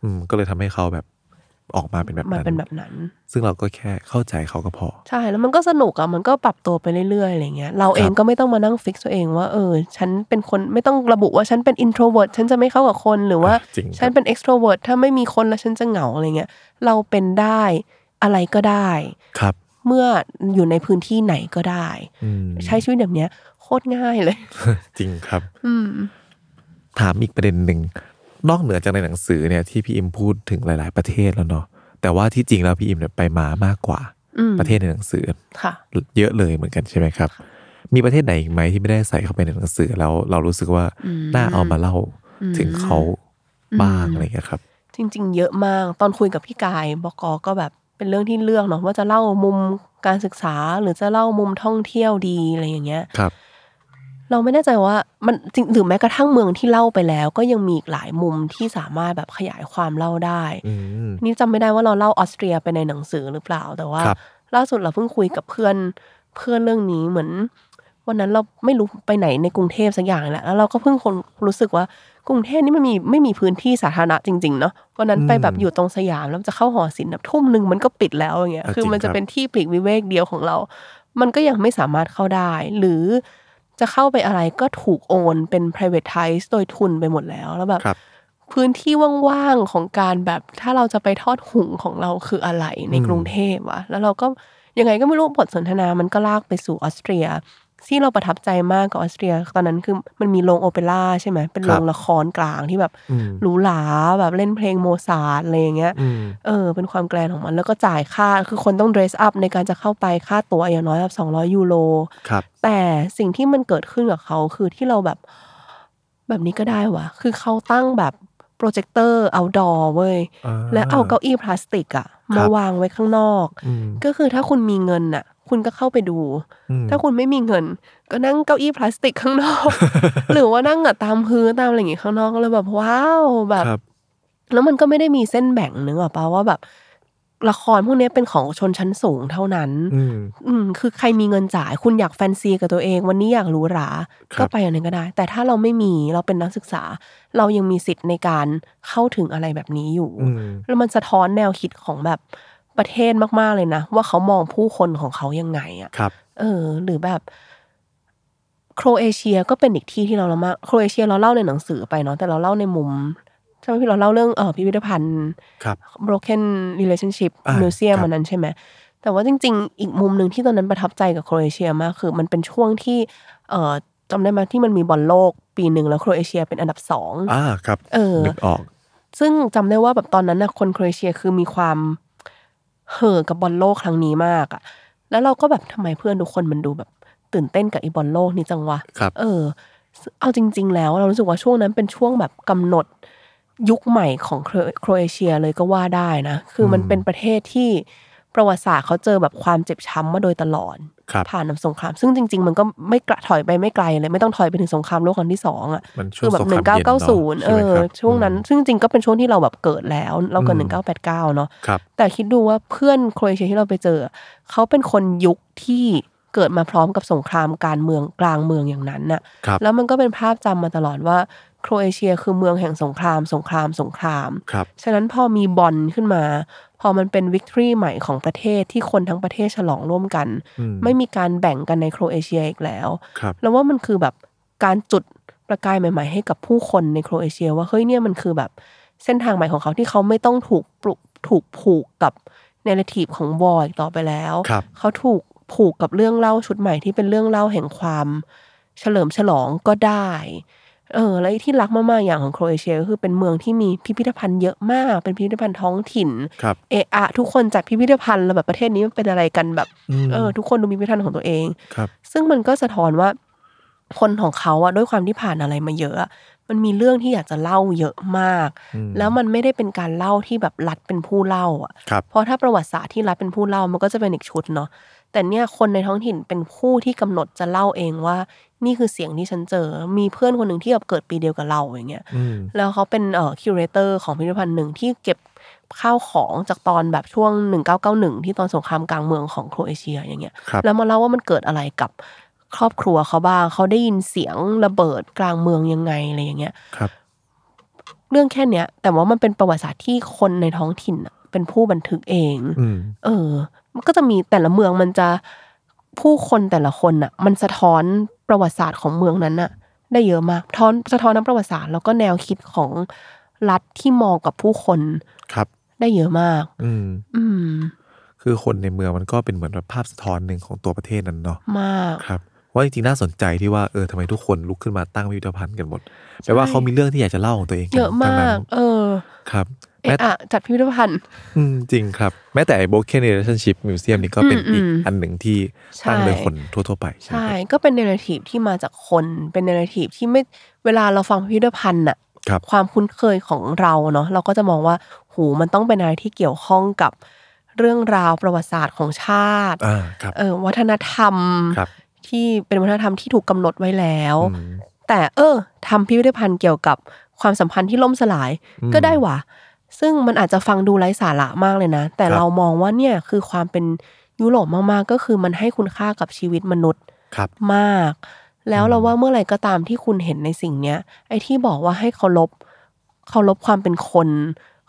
Speaker 2: อืมก็เลยทำให้เขาแบบออกมาเป็นแบบ
Speaker 3: มัน
Speaker 2: นั้น
Speaker 3: เป็นแบบนั้น
Speaker 2: ซึ่งเราก็แค่เข้าใจเขาก็พอ
Speaker 3: ใช่แล้วมันก็สนุกอะมันก็ปรับตัวไปเรื่อยๆอะไรเงี้ยเราเองก็ไม่ต้องมานั่งฟิกตัวเองว่าเออ ฉันเป็นคนไม่ต้องระบุว่าฉันเป็น introvert ฉันจะไม่เข้ากับคนหรือว่า
Speaker 2: อ่ะจริงครับ
Speaker 3: ฉันเป็น extrovert ถ้าไม่มีคนแล้วฉันจะเหงาอะไรเงี้ยเราเป็นได้อะไรก็ได้
Speaker 2: ครับ
Speaker 3: เมื่ออยู่ในพื้นที่ไหนก็ได้
Speaker 2: อืม
Speaker 3: ใช้ชีวิตแบบเนี้ยโคตรง่ายเลย
Speaker 2: จริงครับ
Speaker 3: อืม
Speaker 2: ถามอีกประเด็นหนึ่งนอกเหนือจากในหนังสือเนี่ยที่พี่อิมพูดถึงหลาย ๆประเทศแล้วเนาะแต่ว่าที่จริงแล้วพี่อิมเนี่ยไปมามากกว่า
Speaker 3: อืม
Speaker 2: ประเทศในหนังสือ
Speaker 3: ค่ะ
Speaker 2: เยอะเลยเหมือนกันใช่ไหมครับ มีประเทศไหนอีกไหมที่ไม่ได้ใส่เข้าไปในหนังสือแล้วเรารู้สึกว่าน่าเอามาเล่าถึงเขาบ้างอะไรอย่างเงี้ยครับ
Speaker 3: จริงๆ เยอะมาก ตอนคุยกับพี่กายบกก็แบบเป็นเรื่องที่เลือกเนาะว่าจะเล่ามุมการศึกษาหรือจะเล่ามุมท่องเที่ยวดีอะไรอย่างเงี้ย
Speaker 2: ครับ
Speaker 3: เราไม่แน่ใจว่ามันจริงหรือแม้กระทั่งเมืองที่เล่าไปแล้ว ก็ยังมีอีกหลายมุมที่สามารถแบบขยายความเล่าได้
Speaker 2: อืม
Speaker 3: นี่จำไม่ได้ว่าเราเล่าออสเตรียไปในหนังสือหรือเปล่าแต่ว่า
Speaker 2: ครับ
Speaker 3: ล่าสุดเราเพิ่งคุยกับเพื่อนเพื่อนเรื่องนี้เหมือนวันนั้นเราไม่รู้ไปไหนในกรุงเทพสักอย่างนี่แหละแล้วเราก็เพิ่งคนรู้สึกว่ากรุงเทพนี่ไม่มีไม่มีพื้นที่สาธารณะจริงๆเนาะวันนั้นไปแบบอยู่ตรงสยามแล้วจะเข้าหอศิลป์แบบทุ่มหนึ่งมันก็ปิดแล้วอย่างเงี้ย
Speaker 2: อ่ะ
Speaker 3: คือมัน
Speaker 2: จริ
Speaker 3: จะ
Speaker 2: งครับ
Speaker 3: เป็นที่ปลีกวิเวกเดียวของเรา มันก็ยังไม่สามารถเข้าได้ หรือจะเข้าไปอะไรก็ถูกโอนเป็น privatize โดยทุนไปหมดแล้วแล้วแบบ
Speaker 2: ครับ
Speaker 3: พื้นที่ว่างๆของการแบบถ้าเราจะไปทอดหุงของเราคืออะไรใน
Speaker 2: อืม
Speaker 3: กรุงเทพวะแล้วเราก็ยังไงก็ไม่รู้บทสนทนามันก็ลากไปสู่ออสเตรีย ที่เราประทับใจมากกับออสเตรีย ตอนนั้นคือมันมีโรงโอเปร่าใช่ไหมเป็นโร
Speaker 2: ค
Speaker 3: ง
Speaker 2: รับ
Speaker 3: ละครกลางที่แบบ
Speaker 2: อืม
Speaker 3: หรูหราแบบเล่นเพลงโมซาร์ทอะไรอย่างเงี้ย
Speaker 2: อืม
Speaker 3: เออเป็นความแกลนของมันแล้วก็จ่ายค่าคือคนต้อง dress up ในการจะเข้าไปค่าตั๋วอย่างน้อยแบบสองร้อยยูโร
Speaker 2: ครับ
Speaker 3: แต่สิ่งที่มันเกิดขึ้นกับเขาคือที่เราแบบแบบนี้ก็ได้วะคือเขาตั้งแบบโปรเจคเตอร์เอาดอเว้ย และเอาเก้าอี้พลาสติกอะ
Speaker 2: ครั
Speaker 3: มา
Speaker 2: บ
Speaker 3: วางไว้ข้างนอก
Speaker 2: อืม
Speaker 3: ก็คือถ้าคุณมีเงินน่ะ คุณก็เข้าไปดู
Speaker 2: อืม
Speaker 3: ถ้าคุณไม่มีเงิน ก็นั่งเก้าอี้พลาสติกข้างนอก หรือว่านั่งอะตามพื้นตามอะไรอย่างงี้ข้างนอกก็เลยแบบว้าวแบบ
Speaker 2: ครับ
Speaker 3: แล้วมันก็ไม่ได้มีเส้นแบ่งนึกออกปะว่าแบบ ละครพวกเนี้ยเป็นของชนชั้นสูงเท่านั้น
Speaker 2: อืม
Speaker 3: อืมคือใครมีเงินจ่าย คุณอยากแฟนซีกับตัวเอง วันนี้อยากหรูหรา
Speaker 2: ครับ
Speaker 3: ก็ไปอย่างนั้นก็ได้ แต่ถ้าเราไม่มีเราเป็นนักศึกษา เรายังมีสิทธิ์ในการเข้าถึงอะไรแบบนี้อยู่
Speaker 2: อืม
Speaker 3: แล้วมันสะท้อนแนวคิดของแบบประเทศมาก ๆ เลยนะ ว่าเขามองผู้คนของเขายังไงอะ
Speaker 2: ครับ
Speaker 3: เออหรือแบบโครเอเชียก็เป็นอีกที่ที่เราละมากโครเอเชียเราเล่าในหนังสือไปเนาะแต่เราเล่าในมุมใช่ไหมพี่เราเล่าเรื่องเออพิพิธภัณฑ์
Speaker 2: ครับ
Speaker 3: broken relationship
Speaker 2: อ่า
Speaker 3: museum
Speaker 2: ครับ
Speaker 3: อันนั้นใช่ไหมแต่ว่าจริง ๆ อีกมุมหนึ่งที่ตอนนั้นประทับใจกับโครเอเชียมากคือมันเป็นช่วงที่เออจำได้ไหมที่มันมีบอลโลกปีหนึ่งแล้วโครเอเชียเป็นอันดับสอง
Speaker 2: อ่าครับ
Speaker 3: เออ
Speaker 2: นึกออก
Speaker 3: ซึ่งจำได้ว่าแบบตอนนั้นนะคนโครเอเชียคือมีความเห่อกับบอลโลกครั้งนี้มากอะแล้วเราก็แบบทำไมเพื่อนทุกคนมันดูแบบตื่นเต้นกับไอีบอลโลกนี้จังวะ
Speaker 2: ครับ
Speaker 3: เออ เอาจริง ๆ แล้วเรารู้สึกว่าช่วงนั้นเป็นช่วงแบบกำหนดยุคใหม่ของโครโครเอเชียเลยก็ว่าได้นะ คือมัน
Speaker 2: อืม
Speaker 3: เป็นประเทศที่ประวัติศาสตร์เขาเจอแบบความเจ็บช้ำมาโดยตลอด
Speaker 2: ครับ
Speaker 3: ผ่านนสงคราม ซึ่งจริง ๆ มันก็ไม่กระถอยไปไม่ไกลเลยไม่ต้องถอยไปถึงสงครามโลกครั้งที่สองอ่ะ
Speaker 2: มันช่
Speaker 3: คื
Speaker 2: วง
Speaker 3: อแบบ
Speaker 2: สง
Speaker 3: ห
Speaker 2: ค
Speaker 3: นึ่
Speaker 2: ราม
Speaker 3: งเก้า
Speaker 2: ย็
Speaker 3: เก้าศูนย์
Speaker 2: ะ
Speaker 3: เอ
Speaker 2: ใช่ไหม
Speaker 3: อ
Speaker 2: ครับ
Speaker 3: ช่วงนั้น
Speaker 2: อืม
Speaker 3: ซึ่งจริงๆก็เป็นช่วงที่เราแบบเกิดแล้ว เราเกิด
Speaker 2: อื
Speaker 3: หนึ่
Speaker 2: ม
Speaker 3: งเก้าแปดเก้าเนาะ
Speaker 2: ครับ
Speaker 3: แต่คิดดูว่าเพื่อนโครเอเชียที่เราไปเจอ เขาเป็นคนยุคที่เกิดมาพร้อมกับสงครามการเมืองกลางเมืองอย่างนั้นน่ะ
Speaker 2: ครับ
Speaker 3: แล้วมันก็เป็นภาพจำมาตลอดว่าโครเอเชียคือเมืองแห่งสงคราม สงครามสงคราม
Speaker 2: ครับ
Speaker 3: ฉะนั้นพอมีบอลขึ้นมา พอมันเป็นวิกตอรีใหม่ของประเทศที่คนทั้งประเทศฉลองร่วมกัน
Speaker 2: อืม
Speaker 3: ไม่มีการแบ่งกันในโครเอเชียอีกแล้ว
Speaker 2: ครับ
Speaker 3: แล้วว่ามันคือแบบการจุดประกายใหม่ ๆ ให้กับผู้คนในโครเอเชีย ว่าเฮ้ยเนี่ยมันคือแบบเส้นทางใหม่ของเขาที่เขาไม่ต้องถูกปลุกถูกผูกกับเนรทีฟของวอร์อีกต่อไปแล้ว
Speaker 2: ครับ
Speaker 3: เขาถูกผูกกับเรื่องเล่าชุดใหม่ที่เป็นเรื่องเล่าแห่งความเฉลิมฉลองก็ได้ เออและที่รักมากๆอย่างของโครเอเชียก็คือเป็นเมืองที่มีพิพิธภัณฑ์เยอะมากเป็นพิพิธภัณฑ์ท้องถิ่น
Speaker 2: ครับ
Speaker 3: เอะอะทุกคนจัดพิพิธภัณฑ์แล้วแบบประเทศนี้มันเป็นอะไรกันแบบ
Speaker 2: ม
Speaker 3: เออทุกคนดูมีพิพิธภัณฑ์ของตัวเอง
Speaker 2: ครับ
Speaker 3: ซึ่งมันก็สะท้อนว่าคนของเขาอะด้วยความที่ผ่านอะไรมาเยอะอะมันมีเรื่องที่อยากจะเล่าเยอะมาก
Speaker 2: อืม
Speaker 3: แล้วมันไม่ได้เป็นการเล่าที่แบบรัฐเป็นผู้เล่าอะ
Speaker 2: ครับ
Speaker 3: เพราะถ้าประวัติศาสตร์ที่รัฐเป็นผู้เล่ามันก็จะเป็นอีกชุดเนาะแต่เนี่ยคนในท้องถิ่นเป็นผู้ที่กำหนดจะเล่าเองว่า นี่คือเสียงที่ฉันเจอ มีเพื่อนคนหนึ่งที่แบบเกิดปีเดียวกับเราอย่างเงี้ย
Speaker 2: อืม
Speaker 3: แล้วเขาเป็นเอ่อคิวเรเตอร์ของพิพิธภัณฑ์หนึ่งที่เก็บข้าวของจากตอนแบบช่วง 1991 ที่ตอนสงครามกลางเมืองของโครเอเชียอย่างเงี้ย
Speaker 2: ครับ
Speaker 3: แล้วมาเล่าว่ามันเกิดอะไรกับครอบครัวเขาบ้าง เขาได้ยินเสียงระเบิดกลางเมืองยังไงอะไรอย่างเงี้ย
Speaker 2: ครับ
Speaker 3: เรื่องแค่เนี้ย แต่ว่ามันเป็นประวัติศาสตร์ที่คนในท้องถิ่นน่ะเป็นผู้บันทึกเอง
Speaker 2: อืม
Speaker 3: เออ มันก็จะมีแต่ละเมืองมันจะผู้คนแต่ละคนน่ะ มันสะท้อนประวัติศาสตร์ของเมืองนั้นน่ะ ได้เยอะมากท้อนสะท้อนทั้งประวัติศาสตร์แล้วก็แนวคิดของรัฐที่มองกับผู้คน
Speaker 2: ครับ
Speaker 3: ได้เยอะมาก
Speaker 2: อืม
Speaker 3: อืม
Speaker 2: คือคนในเมืองมันก็เป็นเหมือนแบบภาพสะท้อนหนึ่งของตัวประเทศนั้นเนาะ
Speaker 3: มาก
Speaker 2: ครับ ว่าจริงๆน่าสนใจที่ว่า เออทำไมทุกคนลุกขึ้นมาตั้งพิพิธภัณฑ์กันหมด แปลว่าเขามีเรื่องที่อยากจะเล่าของตัวเองน
Speaker 3: เยอะ
Speaker 2: ทั้ง
Speaker 3: มา
Speaker 2: นั้น
Speaker 3: ก เออ
Speaker 2: ครับ
Speaker 3: เอะอะจัดพิพิธภัณฑ์
Speaker 2: อืมจริงครับ แม้แต่ Broken Relationship Museum นี่ก็เป็น
Speaker 3: อืมอืม
Speaker 2: อีกอันหนึ่งที่
Speaker 3: ใช่
Speaker 2: ตั้งโดยคนทั่ว ๆ ไปใช่ไหม
Speaker 3: ใช่ ก็เป็นเนื้อทีฟที่มาจากคน เป็นเนื้อทีฟที่ไม่ เวลาเราฟังพิพิธภัณฑ์น่ะ
Speaker 2: ครับ
Speaker 3: ความคุ้นเคยของเราเนาะ เราก็จะมองว่า หูมันต้องเป็นอะไรที่เกี่ยวข้องกับเรื่องราวประวัติศาสตร์ของชาติ
Speaker 2: อ่าครับ
Speaker 3: เออวัฒนธรรม
Speaker 2: ครับ
Speaker 3: ที่เป็นวัฒนธรรมที่ถูกกำหนดไว้แล้ว
Speaker 2: อืม
Speaker 3: แต่เออทำพิพิธภัณฑ์เกี่ยวกับความสัมพันธ์ที่ล่มสลาย
Speaker 2: อืม
Speaker 3: ก็ได้ว่ะซึ่งมันอาจจะฟังดูไร้สาระมากเลยนะ แต่
Speaker 2: ครับ
Speaker 3: เรามองว่าเนี่ยคือความเป็นยุโรปมากๆ ก็คือมันให้คุณค่ากับชีวิตมนุษย์
Speaker 2: ครับ
Speaker 3: มาก แล้วเราว่าเมื่อไหร่ก็ตามที่คุณเห็นในสิ่งเนี้ย ไอ้ที่บอกว่าให้เคารพเคารพความเป็นคน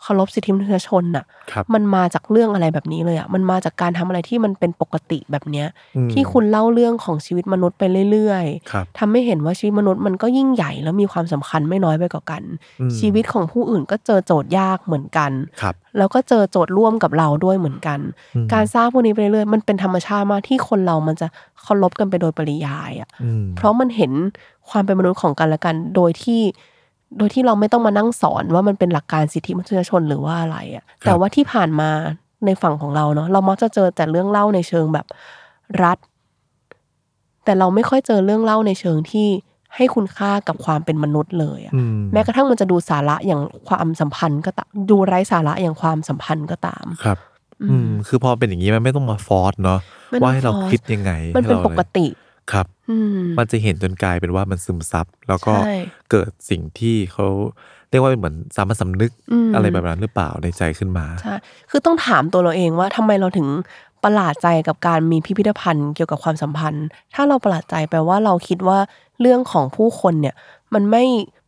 Speaker 3: เคารพสิทธิมนุษยชนน่ะ
Speaker 2: ครับ
Speaker 3: มันมาจากเรื่องอะไรแบบนี้เลยอ่ะ มันมาจากการทำอะไรที่มันเป็นปกติแบบเนี้ย
Speaker 2: อืม
Speaker 3: ที่คุณเล่าเรื่องของชีวิตมนุษย์ไปเรื่อย
Speaker 2: ครับ
Speaker 3: ๆทำให้เห็นว่าชีวิตมนุษย์มันก็ยิ่งใหญ่แล้วมีความสำคัญไม่น้อยไปกว่ากัน
Speaker 2: อืม
Speaker 3: ชีวิตของผู้อื่นก็เจอโจทย์ยากเหมือนกัน
Speaker 2: ครับ
Speaker 3: แล้วก็เจอโจทย์ร่วมกับเราด้วยเหมือนกัน
Speaker 2: อืม
Speaker 3: การสร้างพวกนี้ไปเรื่อยๆมันเป็นธรรมชาติมากที่คนเรามันจะเคารพกันไปโดยปริยายอ่ะ
Speaker 2: อืม
Speaker 3: เพราะมันเห็นความเป็นมนุษย์ของกันและกัน โดยที่ โดยที่เราไม่ต้องมานั่งสอนว่ามันเป็นหลักการสิทธิมนุษยชนหรือว่าอะไรอะแต่ว่าที่ผ่านมาในฝั่งของเราเนาะเรามักจะเจอแต่เรื่องเล่าในเชิงแบบรัฐ แต่เราไม่ค่อยเจอเรื่องเล่าในเชิงที่ให้คุณค่ากับความเป็นมนุษย์เลยอะ
Speaker 2: อืม
Speaker 3: แม้กระทั่งมันจะดูสาระอย่างความสัมพันธ์ก็ตามดูไร้สาระอย่างความสัมพันธ์ก็ตาม
Speaker 2: ครับ
Speaker 3: อื
Speaker 2: อื
Speaker 3: ม
Speaker 2: ม คือพอเป็นอย่างนี้มันไม่ต้องมาฟอร์สเนาะ
Speaker 3: ไม่ต้อง
Speaker 2: ว่าให้เรา
Speaker 3: ฟอร์ส
Speaker 2: คิดยังไง
Speaker 3: มันเป็น
Speaker 2: ให้รา
Speaker 3: ปกติ
Speaker 2: ครับ
Speaker 3: อืม
Speaker 2: มันจะเห็นจนกลายเป็นว่ามันซึมซับ แล้วก็
Speaker 3: ใช่
Speaker 2: เกิดสิ่งที่เขาเรียกว่าเป็นเหมือนสามัญสำนึก
Speaker 3: อืม
Speaker 2: อะไรแบบนั้นหรือเปล่าในใจขึ้นมา
Speaker 3: ใช่ คือต้องถามตัวเราเองว่าทำไมเราถึงประหลาดใจกับการมีพิพิธภัณฑ์เกี่ยวกับความสัมพันธ์ ถ้าเราประหลาดใจแปลว่าเราคิดว่าเรื่องของผู้คนเนี่ยมันไม่